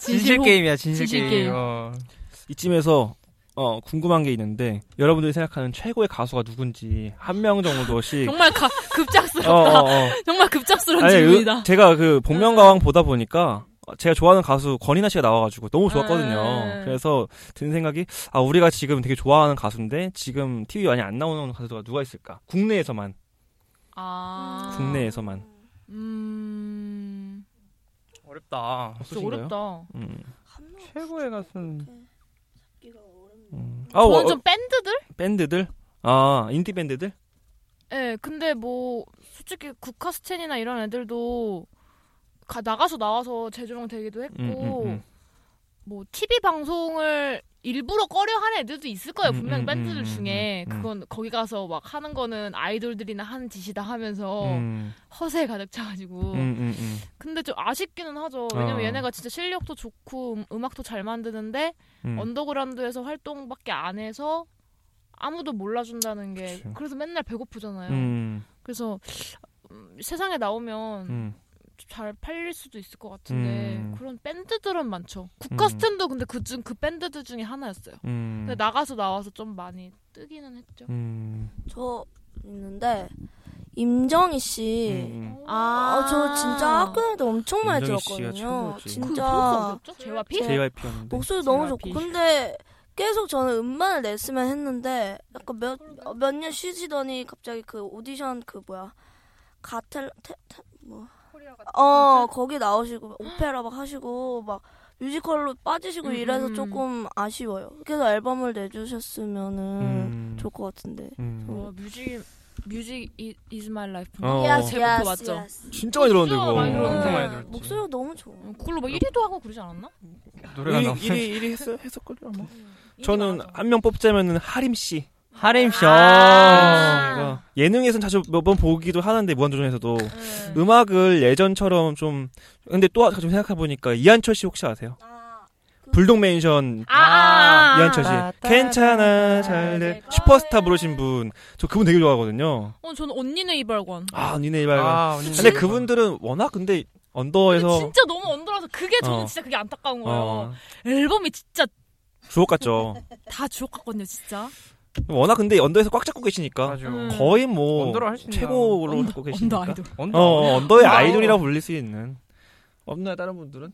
S4: 진실
S5: 진실 게임이야 진실,
S4: 진실
S5: 게임,
S4: 게임.
S5: 어.
S4: 이쯤에서 어, 궁금한 게 있는데 여러분들이 생각하는 최고의 가수가 누군지 한 명 정도씩
S7: 정말 가, 급작스럽다.
S4: 어, 어, 어.
S7: 정말 급작스러운
S4: 아니,
S7: 질문이다. 음.
S4: 으- 제가 그 복면가왕 보다 보니까 제가 좋아하는 가수 권이나 씨가 나와가지고 너무 좋았거든요.
S7: 음.
S4: 그래서 든 생각이 아 우리가 지금 되게 좋아하는 가수인데 지금 TV 많이 안 나오는 가수가 누가 있을까? 국내에서만
S7: 아.
S4: 국내에서만
S7: 음.
S5: 어렵다.
S7: 진짜 어렵다.
S4: 음.
S7: 그러니까.
S5: 최고의 가수는
S4: 아,
S7: 저는
S4: 어,
S7: 좀 밴드들?
S4: 밴드들 아 인디 밴드들
S7: 예, 근데 뭐 솔직히 국카스첸이나 이런 애들도 가, 나가서 나와서 재조명 되기도 했고
S4: 음, 음, 음.
S7: 뭐 TV 방송을 일부러 꺼려하는 애들도 있을 거예요
S4: 음,
S7: 분명 히 밴드들 중에 그건 거기 가서 막 하는 거는 아이돌들이나 하는 짓이다 하면서
S4: 음.
S7: 허세에 가득 차가지고
S4: 음, 음, 음.
S7: 근데 좀 아쉽기는 하죠 뭐, 왜냐면
S4: 어.
S7: 얘네가 진짜 실력도 좋고 음, 악도잘 만드는데
S4: 음.
S7: 언더그라운드에서 활동밖에 안 해서 아무도 몰라준다는 게 그래서 맨날 배고프잖아요
S4: 음.
S7: 그래서 음, 세상에 나오면
S4: 음.
S7: 잘 팔릴 수도 있을 것 같은데
S4: 음.
S7: 그런 밴드들은 많죠. 국가
S4: 음.
S7: 스탠도 근데 그중그 밴드들 중에 하나였어요.
S4: 음.
S7: 근데 나가서 나와서 좀 많이 뜨기는 했죠.
S5: 음.
S3: 저 있는데 임정희 씨.
S5: 음,
S7: 아.
S3: 아, 저 진짜 학교에도 엄청 많이
S4: 음. 임정희 씨가
S3: 들었거든요.
S4: 최고지. 그
S7: 아.
S3: 진짜
S7: JYP?
S3: 제-
S4: JYP 였는데.
S3: 목소리 너무
S4: JYP.
S3: 좋고 근데 계속 저는 음반을 냈으면 했는데 약간 몇몇 년 쉬시더니 갑자기 그 오디션 그 뭐야 가텔 테, 테, 뭐. 어 거기 나오시고 오페라 막 하시고 막 뮤지컬로 빠지시고
S7: 음,
S3: 이래서
S7: 음.
S3: 조금 아쉬워요. 그래서 앨범을 내주셨으면은
S7: 음.
S3: 좋을 것 같은데.
S7: 어, 뮤직 뮤직 이- is my life.
S4: 어.
S7: 야, 제목표 맞죠?
S4: 진짜 많이 들었는데
S7: 진짜
S4: 그거.
S7: 많이 들었는데.
S4: 엄청 많이
S7: 들었지.
S3: 네. 목소리가 너무 좋아.
S7: 그걸로 막 1위도 하고 그러지 않았나? 음,
S4: 노래가 일- 나왔어요? 일위- 일위 했어요? 했었걸요 아마. 저는 한 명 뽑자면은 하림 씨.
S5: 하림 씨.
S7: 아.
S4: 어, 예능에선 자주 몇 번 보기도 하는데 무한도전에서도
S7: 네.
S4: 음. 악을 예전처럼 좀 근데 또 좀 생각해 보니까 이한철 씨 혹시 아세요? 불독 맨션
S7: 아,
S4: 이한철 씨
S7: 아, 아.
S4: 괜찮아 잘돼 슈퍼스타 부르신 분 저 그분 되게 좋아하거든요.
S7: 어, 저는 언니네 이발관.
S4: 아 니네 이발관.
S5: 아,
S4: 근데 그분들은 워낙 근데 언더에서
S7: 음. 진짜 너무 언더라서 그게 저는
S4: 어.
S7: 진짜 그게 안타까운 거예요.
S4: 어,
S7: 앨범이 진짜
S4: 주옥 같죠.
S7: 다 주옥 같거든요, 진짜.
S4: 워낙 근데 언더에서 꽉 잡고 계시니까
S7: 음.
S4: 거의 뭐
S5: 언더로 할수 있나?
S4: 최고로
S7: 언더-
S4: 잡고 계시니까
S7: 언더 아이돌.
S4: 어, 어, 언더의
S5: 언더.
S4: 아이돌이라고 불릴 수 있는 없나요 다른 분들은?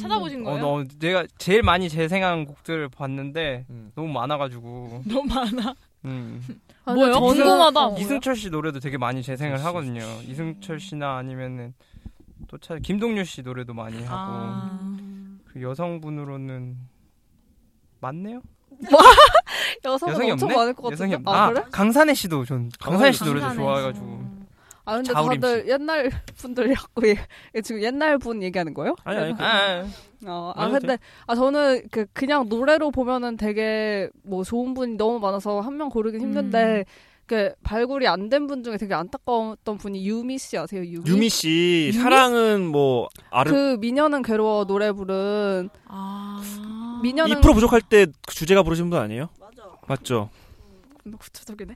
S7: 찾아보신
S5: 어,
S7: 거예요?
S5: 너, 내가 제일 많이 재생한 곡들을 봤는데
S4: 음.
S5: 너무 많아가지고.
S7: 너무 많아.
S5: 음.
S7: 아, 뭐예요? 저는- 궁금하다.
S6: 어,
S7: 뭐예요?
S5: 이승철 씨 노래도 되게 많이 재생을 하거든요. 이승철 씨나 아니면은 또 찾아 김동률 씨 노래도 많이 하고
S7: 아.
S5: 그 여성분으로는 맞네요.
S6: 여성은
S5: 여성이
S6: 엄청
S5: 없네?
S6: 많을 것 같은데.
S5: 여성이 없-
S6: 아,
S5: 아,
S6: 그래?
S5: 강산혜 씨도 전 강산혜 씨 노래도
S6: 강산혜
S5: 좋아해가지고
S6: 아 근데
S5: 자우림
S6: 다들 옛날 분들 자꾸 얘- 얘 지금 옛날 분 얘기하는 거예요?
S5: 아니, 아니,
S4: 그러니까
S5: 그-
S6: 어, 아
S5: 아니요,
S6: 근데 아 저는 그 그냥 노래로 보면은 되게 뭐 좋은 분이 너무 많아서 한 명 고르긴 힘든데 그 발굴이 안 된 분 중에 되게 안타까웠던 분이 유미 씨 아세요?
S7: 그
S6: 유미,
S4: 유미 씨 사랑은 뭐 아르
S6: 그 미녀는 괴로워 노래 부른 미녀는
S4: 2% 부족할 때그 주제가 부르신 분 아니에요? 맞아. 맞죠.
S6: 너무 구체적이네.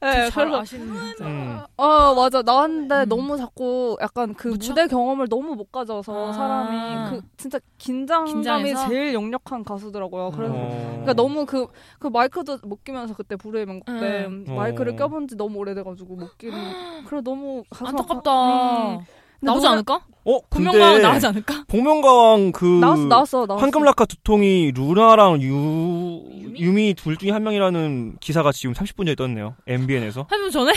S7: 네,
S6: 네,
S7: 잘
S6: 그래서
S7: 아시는 진짜.
S4: 음.
S6: 어 맞아 나왔는데 너무 자꾸 약간 그 무대 경험을 너무 못 가져서
S7: 아.
S6: 사람이 그 진짜 긴장감이
S7: 긴장해서?
S6: 제일 역력한 가수더라고요. 그래서
S4: 어.
S6: 그러니까 너무 그, 그 마이크도 못 끼면서 그때 불후의 명곡 때
S7: 음.
S6: 마이크를
S4: 어.
S6: 껴본 지 너무 오래돼가지고 못 끼는 그래 너무 가슴
S7: 안타깝다.
S6: 아파. 음. 근데
S7: 나오지
S6: 노래-
S7: 않을까?
S4: 어
S7: 분명히 나오지 않을까?
S4: 복면가왕 그
S6: 나왔어, 나왔어, 나왔어.
S4: 황금라카 두통이 루나랑 유 유미? 둘 중에 한 명이라는 기사가 지금 30분 전에 떴네요. MBN에서.
S7: 한분 전에?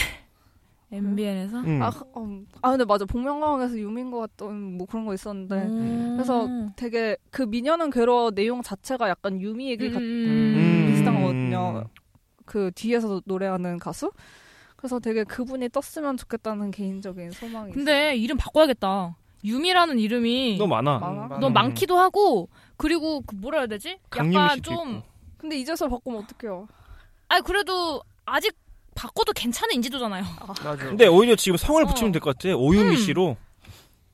S7: MBN에서?
S4: 음.
S6: 아, 음. 아 근데 맞아 복면가왕에서 유민 것 같던 뭐 그런 거 있었는데
S7: 음.
S6: 그래서 되게 그 미녀는 괴로워 내용 자체가 약간 유미
S7: 음.
S6: 얘기 같
S4: 음.
S6: 비슷한 거거든요. 그 뒤에서 노래하는 가수. 그래서 되게 그분이 떴으면 좋겠다는 개인적인 소망이
S7: 근데 이름 바꿔야겠다. 유미라는 이름이
S4: 너무 뭐- 많아.
S6: 많아?
S7: 너무 많기도 하고 그리고 그 뭐라 해야 되지?
S4: 강유미
S7: 약간
S4: 씨도
S7: 좀
S6: 있어. 근데 이제서 바꾸면 어떡해요?
S7: 아니 그래도 아직 바꿔도 괜찮은 인지도잖아요.
S4: 근데 오히려 지금 성을 붙이면 될 것 같아. 오유미
S7: 어. 음.
S4: 씨로.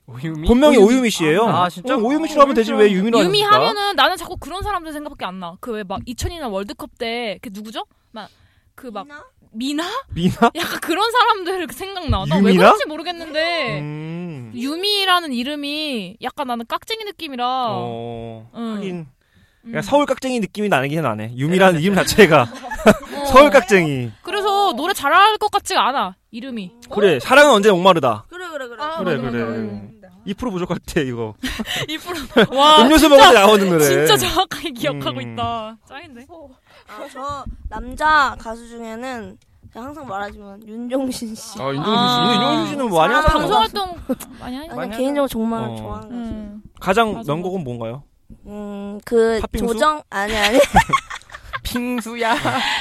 S5: 오유미?
S4: 본명이 오유미 씨예요.
S5: 아, 진짜?
S4: 어, 오유미 씨로 하면 되지 왜 유미로
S7: 유미
S4: 하니까?
S7: 하면은 나는 자꾸 그런 사람들 생각밖에 안 나. 그 왜 막 2002년 월드컵 때 그 누구죠? 막 그 막 미나?
S4: 미나?
S7: 약간 그런 사람들 생각나. 나 왜
S4: 유미나?
S7: 그런지 모르겠는데
S4: 음.
S7: 유미라는 이름이 약간 나는 깍쟁이 느낌이라.
S4: 어.
S7: 음.
S4: 하긴.
S7: 음.
S4: 그러니까 서울 깍쟁이 느낌이 나긴 나네. 유미라는 이름 자체가 서울 깍쟁이.
S6: 어.
S7: 그래서 노래 잘할 것 같지가 않아. 이름이.
S4: 그래 사랑은 언제나 목마르다.
S7: 그래 그래 어. 그래.
S4: 그래 그래. 2% 부족할 때 이거
S7: 이프로. 와.
S4: 음료수
S7: 진짜-
S4: 먹을 때 나오는 노래.
S7: 진짜 정확하게 기억하고
S4: 음.
S7: 있다. 짱인데.
S3: 아, 저 남자 가수 중에는 제가 항상 말하지만 윤종신 씨.
S4: 아, 윤종신 씨. 윤종신 씨는 뭐 많이
S3: 아,
S4: 하잖아.
S3: 방송 활동
S7: 많이 하니까.
S3: 아니, 개인적으로 정말
S4: 어.
S3: 좋아하는 가수.
S7: 음.
S4: 가장
S7: 맞아.
S4: 명곡은 뭔가요?
S3: 음, 그
S4: 팥빙수?
S3: 조정 아니 아니
S5: 빙수야.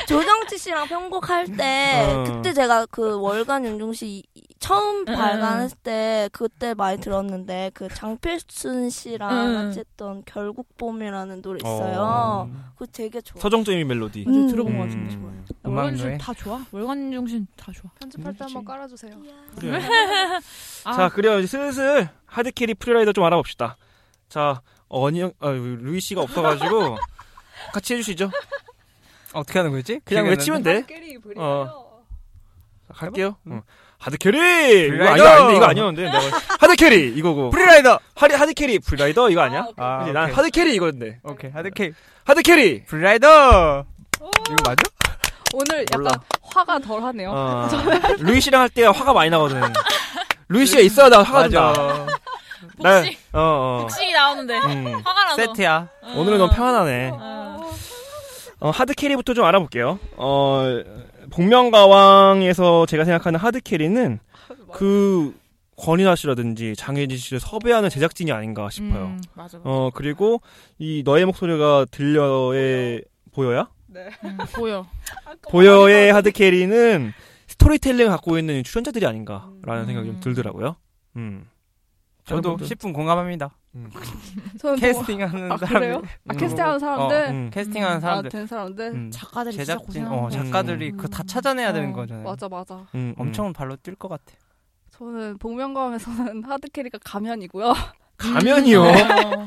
S3: 조정치 씨랑 편곡할 때
S4: 어.
S3: 그때 제가 그 월간 윤종신 이- 이- 처음
S7: 음.
S3: 발간했을 때 그때 많이 들었는데 그 장필순 씨랑
S7: 음.
S3: 같이 했던 결국 봄이라는 노래 있어요. 그거 되게 좋아.
S4: 서정점이 멜로디.
S7: 맞아, 들어본 것
S4: 음.
S7: 같은데.
S5: 음악
S7: 월간 중심
S5: 노래.
S7: 다 좋아. 월간 중심 다 좋아.
S6: 편집할 때 한번 깔아주세요.
S4: 그래요.
S7: 아.
S4: 자, 그래요. 이제 슬슬 하드캐리 프리라이더 좀 알아봅시다. 자, 언영, 아, 루이 씨가 없어가지고 같이 해주시죠.
S5: 아, 어떻게 하는 거였지?
S4: 그냥
S5: 기억이
S4: 외치면
S5: 안 나는데?
S4: 돼. 어. 자, 갈게요. 어. 하드캐리! 이거
S5: 프리라이더!
S4: 아니, 아닌데, 이거 아니었는데. 내가 하드캐리! 이거고.
S5: 프리라이더.
S4: 하리, 하드캐리! 프리라이더 이거 아니야?
S5: 아,
S4: 그치?
S5: 오케이.
S4: 난 하드캐리 이건데.
S5: 오케이. 하드케이.
S4: 하드캐리!
S5: 프리라이더. 이거 맞아?
S6: 오늘 약간
S4: 몰라.
S6: 화가 덜하네요.
S4: 어, 루이 씨랑 할 때 화가 많이 나거든. 루이 씨가 있어야 나 화가 좀 나.
S5: 맞아.
S4: 나,
S7: 복식.
S4: 어, 어.
S7: 복식이 나오는데.
S4: 음.
S7: 화가 나서.
S5: 세트야.
S4: 오늘은 너무 평안하네.
S7: 어.
S4: 어, 하드캐리부터 좀 알아볼게요. 어, 복면가왕에서 제가 생각하는 하드캐리는 그 권인아 씨라든지 장혜진 씨를 섭외하는 제작진이 아닌가 싶어요.
S7: 음, 맞아. 맞아.
S4: 어, 그리고 이 너의 목소리가 들려의 보여야?
S7: 음, 보여.
S4: 보여의 하드캐리는 스토리텔링을 갖고 있는 출연자들이 아닌가라는 생각이 좀 들더라고요. 음.
S5: 저도
S4: 저도
S5: 10분 공감합니다.
S6: 저는 뭐-
S5: 캐스팅하는
S6: 아,
S5: 사람들.
S6: 그래요? 아,
S5: 음.
S6: 캐스팅하는 사람들?
S5: 어, 음. 캐스팅하는 사람들. 음.
S6: 아, 된 사람들? 작가들이 진짜
S5: 제작진,
S6: 고생하는
S5: 어,
S6: 거지.
S5: 작가들이 그거 다 찾아내야 되는
S6: 어,
S5: 거잖아요.
S6: 맞아, 맞아.
S4: 음.
S5: 엄청 발로 뛸 것 같아.
S6: 저는 복면가왕에서는 하드 캐리가 가면이고요.
S4: 가면이요?
S6: 네.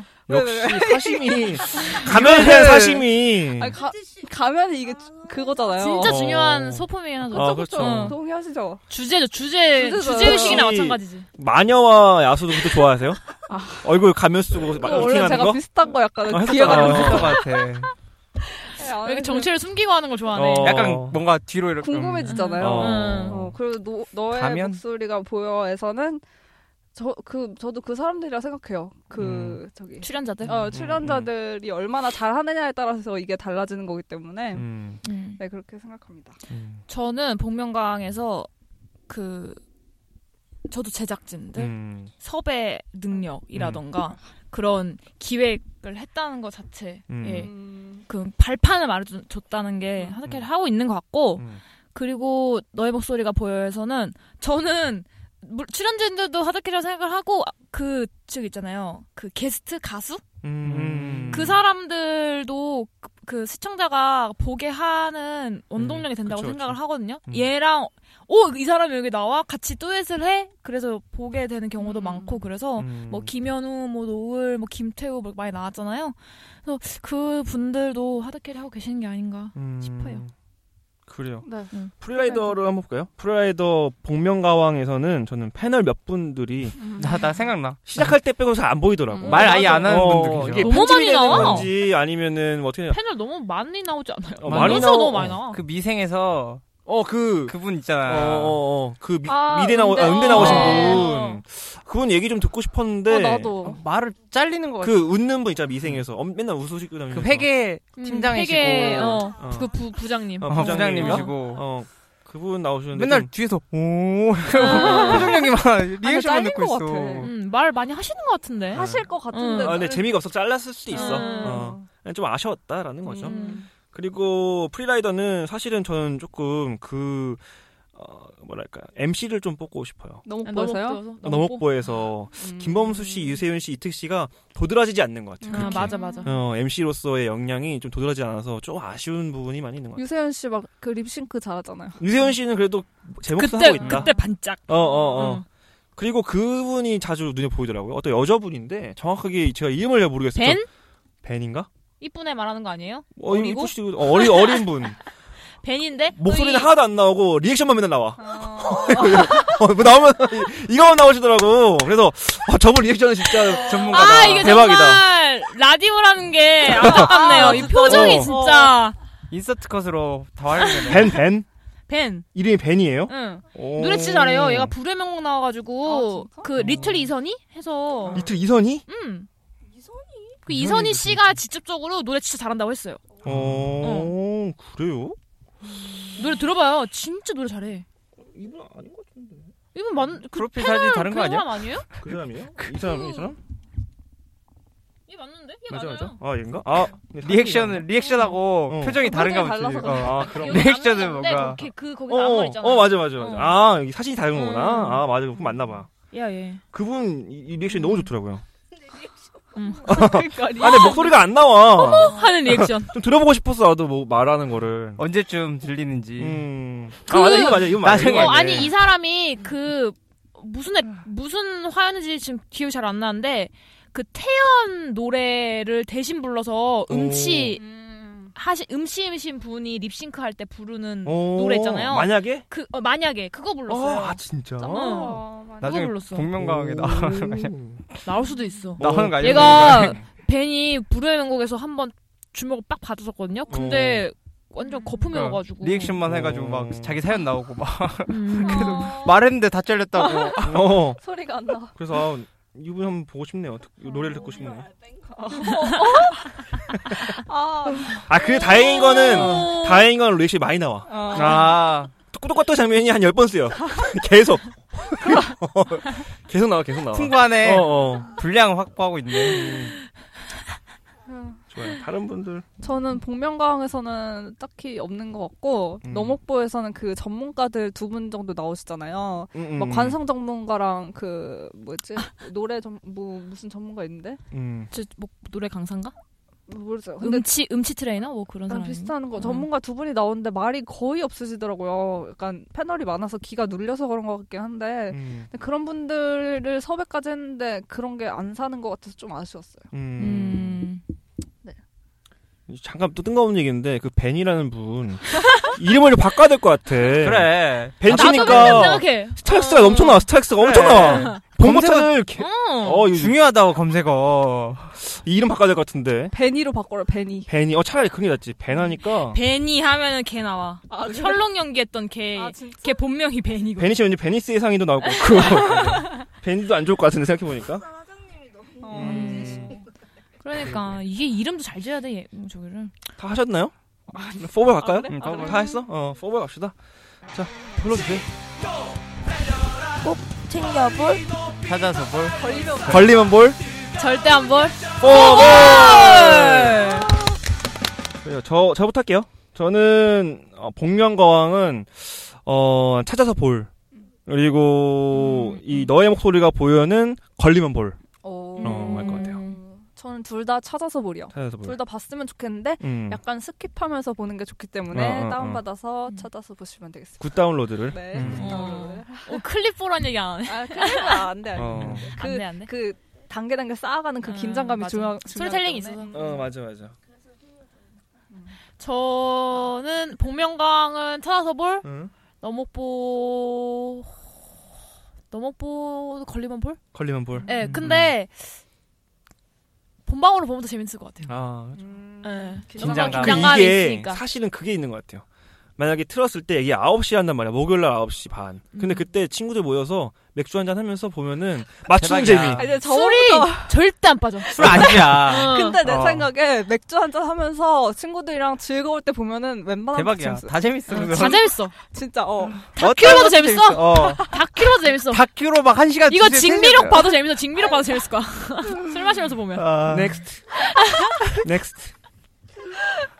S4: 역시
S6: 왜, 왜, 왜.
S7: 네,
S4: 사시미.
S7: 아,
S4: 가면에 대한 사심이. 어.
S6: 아니, 가, 가면이 이게 주- 그거잖아요.
S7: 진짜 중요한 소품이 하나
S4: 아, 그렇죠.
S6: 동의하시죠?
S7: 주제죠, 네, 주제.
S6: 주제죠.
S7: 주제의식이나
S4: 혹시
S7: 마찬가지지.
S4: 마녀와 야수도부터 좋아하세요?
S6: 아.
S4: 얼굴 가면
S7: 어,
S4: 쓰고 막
S6: 그거 원래
S4: 루팅하는
S6: 제가
S4: 거?
S6: 비슷한 거 네, 아, 약간
S4: 어, 아,
S6: 기회가
S4: 했었다.
S5: 어.
S6: 있는 것
S4: 같아.
S7: 왜 이렇게 정체를 숨기고 하는 걸 좋아하네.
S4: 어.
S5: 약간 뭔가 뒤로 이렇게.
S6: 궁금해지잖아요.
S5: 음.
S6: 어. 그리고 노- 너의
S5: 가면?
S6: 목소리가 보여에서는 저 그 저도 그 사람들이라 생각해요. 그 저기
S7: 출연자들.
S6: 어 출연자들이 얼마나 잘하느냐에 따라서 이게 달라지는 거기 때문에
S7: 음.
S6: 네 그렇게 생각합니다.
S5: 음.
S7: 저는 복면가왕에서 그 저도 제작진들
S4: 음.
S7: 섭외 능력이라던가 그런 기획을 했다는 것 자체
S4: 음.
S7: 예. 그 발판을 말해줬다는 게
S5: 음.
S7: 하드캐를 하고 있는 것 같고 그리고 너의 목소리가 보여에서는 저는 물- 출연진들도 하드캐를 생각을 하고 아, 그 저기 있잖아요 그 게스트 가수 그 사람들도 그, 그 시청자가 보게 하는
S5: 음.
S7: 원동력이 된다고
S6: 그쵸,
S7: 생각을
S6: 그쵸.
S7: 하거든요. 얘랑 오 이 사람이 여기 나와 같이 듀엣을 해 그래서 보게 되는
S6: 음.
S7: 경우도 많고 그래서
S5: 음.
S7: 뭐 김현우, 뭐 노을, 뭐 김태우 뭐 많이 나왔잖아요. 그래서 그 분들도 하드캐리 하고 계시는 게 아닌가
S5: 음.
S7: 싶어요.
S4: 그래요.
S6: 네.
S4: 프리라이더를 한번 볼까요? 프리라이더 복면가왕에서는 저는 패널 몇 분들이
S5: 나, 나 생각나.
S4: 시작할 때 빼고 잘안 보이더라고.
S5: 음. 말 아예 안 하는 분들 계셔.
S4: 이게 편집이
S7: 너무 많이
S4: 되는
S7: 나와.
S4: 건지 아니면은 뭐 어떻게
S7: 패널 너무 많이 나오지 않아요?
S4: 어,
S7: 많이
S4: 많이
S7: 나오... 너무
S4: 나오-
S7: 많이 나와.
S5: 그 미생에서
S4: 어그
S5: 그분 있잖아.
S4: 어어그 어, 그 미-
S7: 아,
S4: 미대 나오
S7: 은대.
S4: 아, 은대 나오신
S7: 어.
S4: 분 그분 얘기 좀 듣고 싶었는데
S5: 어,
S6: 어,
S4: 네.
S5: 말을 잘리는 거 같아.
S4: 그 웃는 분 있잖아 미생에서 어, 맨날 웃으시고 다니는
S5: 그 회계
S7: 음,
S5: 팀장이시고
S7: 회계, 어,
S4: 어.
S7: 그 부, 부장님.
S5: 어, 부장님이시고
S4: 어 그분 나오셨는데
S5: 맨날 뒤에서 오 표정력이 막 리액션만
S7: 잘린
S5: 듣고
S7: 것
S5: 있어.
S7: 음, 말 많이 하시는 것
S5: 네.
S7: 같은데.
S6: 하실 것
S4: 좀, 어. 아, 근데 재미가 없어 잘랐을 수도 있어
S7: 음.
S4: 어. 그냥 좀 아쉬웠다라는
S5: 음.
S4: 거죠
S6: 음.
S4: 그리고 프리라이더는 사실은 저는 조금 그 어, 뭐랄까 MC를 좀 뽑고 싶어요
S6: 너무
S7: 아,
S6: 보여서요?
S7: 너무 음.
S4: 너목보에서 김범수 씨, 유세윤 씨, 이특 씨가 도드라지지 않는 것 같아요.
S7: 아,
S4: 그렇게.
S7: 맞아 맞아.
S4: 어, MC로서의 역량이 좀 도드라지 않아서 좀 아쉬운 부분이 많이 있는 것 같아요.
S6: 유세윤 씨 막 그 립싱크 잘하잖아요.
S4: 유세윤 씨는 그래도 제목도
S7: 음. 그때
S4: 하고 있다.
S7: 그때 반짝. 음.
S4: 어, 어, 어. 그리고 그분이 자주 눈에 보이더라고요. 어떤 여자분인데 정확하게 제가 이름을 잘 모르겠어요.
S7: 벤?
S4: 저- 벤인가?
S7: 이쁜애 말하는 거 아니에요?
S4: 어, 이름
S7: 어리고?
S4: 이쁘시고 어, 어리 어린 분.
S7: 벤인데 그
S4: 목소리는
S7: 거의-
S4: 하나도 안 나오고 리액션만 맨날 나와. 어, 뭐 나오면 이- 이거만 나오시더라고. 그래서 아, 저분 리액션은 진짜 전문가다.
S7: 아 이게
S4: 대박이다.
S7: 정말 라디오라는 게 안타깝네요. 이 표정이
S4: 어.
S7: 진짜
S5: 인서트 컷으로 다 활용되네.
S4: 벤 벤?
S7: 벤.
S4: 이름이 벤이에요?
S7: 응.
S4: 오. 음.
S7: 노래 진짜 잘해요. 얘가 불의 명곡
S6: 아,
S7: 나와가지고 그 리틀 이선희 해서
S4: 이틀 이선희?
S7: 음. 그 이선희 씨가 직접적으로 노래 진짜 잘한다고 했어요.
S4: 어, 그래요?
S7: 노래 들어봐요. 진짜 노래 잘해.
S4: 이분 아닌 것 같은데.
S7: 이분 만, 그
S5: 프로필
S7: 패널
S5: 사진이 다른 거
S7: 그런
S5: 아니야?
S7: 사람 아니에요?
S4: 그 사람이에요? 이 사람 이 사람?
S7: 얘 맞는데? 얘
S4: 맞아
S7: 맞아요.
S4: 맞아. 아 얘인가? 아 네,
S5: 리액션을 리액션하고
S4: 어.
S5: 표정이 다른가 보지.
S6: 달라서
S5: 어, 아, 그럼
S7: 여기
S5: 리액션은
S7: 남자인데
S5: 뭔가
S7: 거기- 그 거기
S4: 어,
S7: 나온 거
S4: 어,
S7: 있잖아.
S4: 어 맞아 맞아 맞아.
S7: 어.
S4: 아 이게 사진이 다른 거구나.
S7: 음.
S4: 아 맞아 그럼 맞나 봐.
S7: 야 예. 얘.
S4: 그분 이, 이 리액션이 너무 좋더라고요.
S7: 음.
S4: 아 근데 목소리가 안 나와.
S7: 하는 리액션.
S4: 좀 들어보고 싶었어 나도 뭐 말하는 거를.
S5: 언제쯤 들리는지.
S4: 음.
S7: 그-
S4: 아 맞아 이거 맞아 이거 맞아.
S5: 나중에
S4: 이거
S7: 어,
S4: 맞네.
S7: 아니 이 사람이 그 무슨 애, 무슨 화였는지 지금 기억이 잘 안 나는데 그 태연 노래를 대신 불러서 음치 하시 음치이신 분이 립싱크 할 때 부르는
S4: 오,
S7: 노래 있잖아요.
S4: 만약에?
S7: 그 어, 만약에 그거 불렀어요.
S4: 어, 아 진짜.
S5: 나중에
S7: 불렀어?
S5: 복면가왕에 나
S7: 나올 수도 있어.
S5: 나오는 거 아니야?
S7: 얘가 벤이 불의 명곡에서 한번 주먹을 빡 받았었거든요. 근데 완전 거품이어가지고
S5: 그러니까 리액션만 그 해가지고 막 자기 사연 나오고 막
S7: 음.
S5: 말했는데 다 잘렸다고.
S4: 어.
S6: 소리가 안 나.
S4: 그래서 아, 이분 한번 보고 싶네요. 듣- 노래를 듣고 싶네요. 아, 그래 다행인 거는 다행인 건 리액션이 많이 나와.
S5: 아
S4: 똑똑똑 장면이 한 10번 쓰여. 계속. 계속 나와, 어. 계속 나와.
S5: 풍부하네.
S4: 어, 어.
S5: 분량 확보하고 있네.
S12: 좋아요. 다른 분들
S6: 저는 복면가왕에서는 딱히 없는 것 같고
S12: 음.
S6: 넘옥보에서는 그 전문가들 두 분 정도 나오시잖아요.
S12: 음, 음,
S6: 막
S12: 음.
S6: 관성 전문가랑 그 뭐였지 노래 전뭐 무슨 전문가 있는데
S12: 음.
S7: 저, 뭐, 노래 강사인가?
S6: 모르겠어요. 근데
S7: 음치 음치 트레이너 뭐 그런
S6: 약간
S7: 사람
S6: 비슷한 거 전문가 두 분이 나오는데 말이 거의 없으시더라고요. 약간 패널이 많아서 귀가 눌려서 그런 것 같긴
S12: 음.
S6: 한데 근데 그런 분들을 섭외까지 했는데 그런 게 안 사는 것 같아서 좀 아쉬웠어요.
S4: 음.
S6: 음.
S7: 음.
S4: 잠깐 또 뜬금없는 얘기인데 그 벤이라는 분 이름을 좀 바꿔야 될 것 같아.
S5: 그래.
S7: 나도
S4: 벤치니까
S7: 맨날 생각해.
S4: 스타렉스가 엄청 나와. 스타렉스가 엄청
S5: 그래.
S4: 나와. 본모차를
S7: 어.
S4: 네. 어, 중요하다고 검색어. 이 이름 바꿔야 될 것 같은데.
S6: 베니로 바꿔라 베니.
S4: 벤이 어 차라리 그게 낫지. 벤하니까.
S7: 베니 하면은 걔 나와.
S6: 아,
S7: 그래? 셜록 연기했던 걔. 걔 본명이 베니고.
S4: 베니 씨는 왠지 베니스의 상이도 나올 것 같고. 벤이도 안 좋을 것 같은데 생각해 보니까.
S7: 음.
S6: 어.
S7: 그러니까 이게 이름도 잘 지어야 돼. 얘, 음, 저기를.
S4: 다 하셨나요? 포벌 갈까요?
S7: 아, 그래?
S4: 응,
S7: 아,
S4: 다,
S7: 그래?
S4: 다 했어? 어, 포벌 갑시다. 자, 불러주세요.
S3: 꼭 챙겨볼
S5: 찾아서 볼.
S7: 걸리면
S4: 걸리면 볼.
S7: 절대 안 볼.
S4: 포벌! 그래요. 저, 저부터 할게요. 저는, 어, 복면거왕은, 어, 찾아서 볼. 그리고,
S7: 음,
S4: 이 너의 목소리가 보여는 걸리면 볼. 어, 할것 같아요.
S6: 저는 둘 다 찾아서 보려.
S4: 찾아서 보려.
S6: 둘 다 봤으면 좋겠는데
S4: 음.
S6: 약간 스킵하면서 보는 게 좋기 때문에
S4: 어, 어,
S6: 다운
S4: 어.
S6: 받아서 찾아서 보시면 되겠습니다.
S4: 굿 다운로드를.
S6: 네.
S4: 음.
S6: 어.
S7: 음. 어, 클립 보란 얘기 안 하네.
S6: 아, 클립은 안
S7: 음.
S6: 돼. 안 돼.
S4: 어.
S6: 그, 그 단계 단계 쌓아가는 그 긴장감이
S7: 맞아.
S6: 중요.
S7: 스토리텔링이
S4: 어, 맞아, 맞아.
S7: 저는 복면가왕은 찾아서 볼.
S4: 응.
S7: 넘옥보 넘옥보 걸리면 볼?
S4: 걸리면 볼.
S7: 예. 근데 본방으로 보면 더 재밌을 것 같아요.
S4: 아,
S7: 예.
S4: 긴장감.
S7: 긴장감이
S4: 아, 이게
S7: 있으니까.
S4: 사실은 그게 있는 것 같아요. 만약에 틀었을 때 이게 9시 한단 말이야. 목요일 날 9시 반.
S7: 음.
S4: 근데 그때 친구들 모여서 맥주 한잔 하면서 보면은 맞추는 재미.
S5: 대박이야.
S6: 아, 이제 저
S7: 술이 절대 안 빠져.
S4: 술 아니야.
S6: 근데 내
S4: 어.
S6: 생각에 맥주 한잔 하면서 친구들이랑 즐거울 때 보면은 웬만하면
S5: 대박이야. 다 재밌어.
S6: 어,
S5: 그거.
S7: 어. 다 재밌어.
S6: 진짜 어.
S7: 음. 다큐로도 재밌어.
S5: 어.
S7: 다큐로도 재밌어.
S5: 다큐로 막 한 시간.
S7: 이거
S5: 두세
S7: 직미력
S5: 시간.
S7: 봐도 재밌어. 직미력 봐도 재밌을 거야. 술 마시면서 보면.
S5: 아.
S4: 넥스트. 넥스트.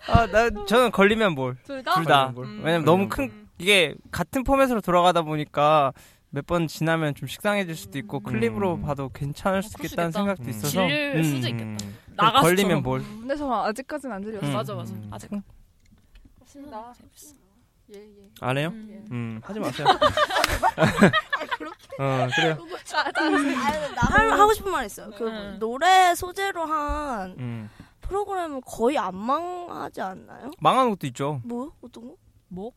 S5: 아, 나 저는 걸리면 볼.
S7: 둘 다?
S5: 둘 다.
S7: 걸리면 볼.
S5: 아, 왜냐면
S4: 음.
S5: 너무 큰 이게 같은 포맷으로 돌아가다 보니까 몇 번 지나면 좀 식상해질 수도
S4: 음.
S5: 있고 클립으로 봐도 괜찮을 수 있겠다는 생각도 있어서
S7: 질릴 수도 있겠다.
S4: 음.
S7: 음.
S5: 그래서
S7: 나가서
S5: 걸리면
S7: 좀.
S5: 볼.
S6: 음. 근데 저 아직까지는 안 들렸어.
S5: 음. 맞아,
S7: 맞아. 아직.
S6: 신나.
S7: 아,
S4: 안 해요?
S6: 음.
S4: 음, 하지 마세요.
S3: 그렇게?
S4: 어, 그래요.
S3: 아, 나, 나 할- 하고 싶은 말 있어요. 그
S7: 네.
S3: 노래 소재로 한
S4: 음.
S3: 프로그램은 거의 안 망하지 않나요?
S5: 망하는 것도 있죠.
S3: 뭐 어떤 거?
S7: 뭐?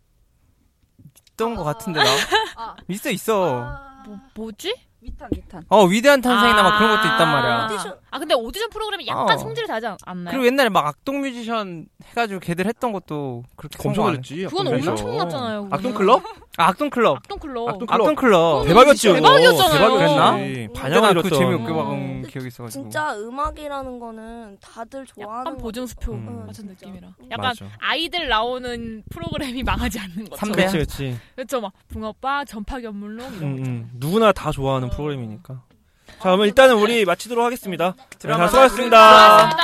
S5: 있던 것 같은데 나.
S3: 아.
S5: 있어 있어.
S7: 뭐, 뭐지?
S6: 위탄 위탄.
S5: 어 위대한 탄생이나 막 그런 것도 있단 말이야.
S7: 아 근데 오디션 프로그램이 약간
S5: 어.
S7: 성질이 다지 않- 않나요?
S5: 그리고 옛날에 막 악동 뮤지션 해가지고 걔들 했던 것도 그렇게
S4: 검소가
S5: 성공 안
S4: 됐지,
S5: 했-
S7: 그건 악동 뮤지션. 엄청났잖아요, 그거는.
S5: 악동 클럽? 아, 악동 클럽.
S7: 악동 클럽.
S5: 악동
S7: 클럽.
S5: 클럽.
S4: 음, 대박이었죠.
S7: 대박이었잖아요.
S5: 그랬나?
S4: 어. 대박이었지. 반향을
S5: 반영을 그
S4: 잃었던.
S5: 재미없게
S7: 음.
S5: 막은 기억이 있어가지고.
S3: 진짜 음악이라는 거는 다들 좋아하는
S7: 약간 보증 수표
S3: 음.
S7: 같은 느낌이라.
S3: 맞아.
S7: 약간 아이들 나오는 프로그램이 망하지 않는 것처럼.
S4: 삼배야? 그치, 그치.
S7: 그렇죠, 막 붕어빵, 전파기 연물롱 이런
S4: 음, 음. 누구나 다 좋아하는 프로그램이니까. 자, 그러면 일단은 우리 마치도록 하겠습니다. 네, 다 수고하셨습니다.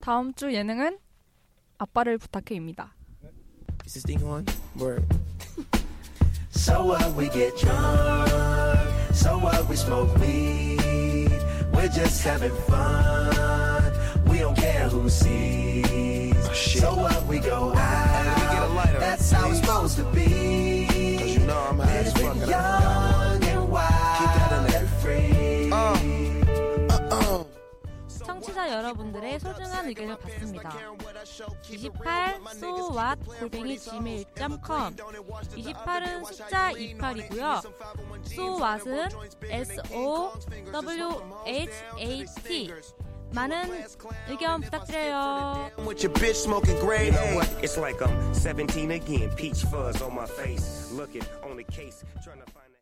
S6: 다음 주 예능은 아빠를 부탁해입니다.
S13: Is this thing on? Word. so what? We get drunk. So what? We smoke weed. We're just having fun. We don't care who sees. So what? We go out. That's how it's supposed to be. Cause you know I'm high as fuck. Young and wild. Keep that in there. Free. uh.
S14: 청취자 여러분들의 소중한 의견을 받습니다. 28 소왓 골뱅이 gmail.com 28은 숫자 28이고요. 소왓은 S O W H A T 많은 의견 부탁드려요.
S13: with your bitch smoking grade A. It's like I'm 17 again. Peach fuzz on my face. Looking on the case, trying to find.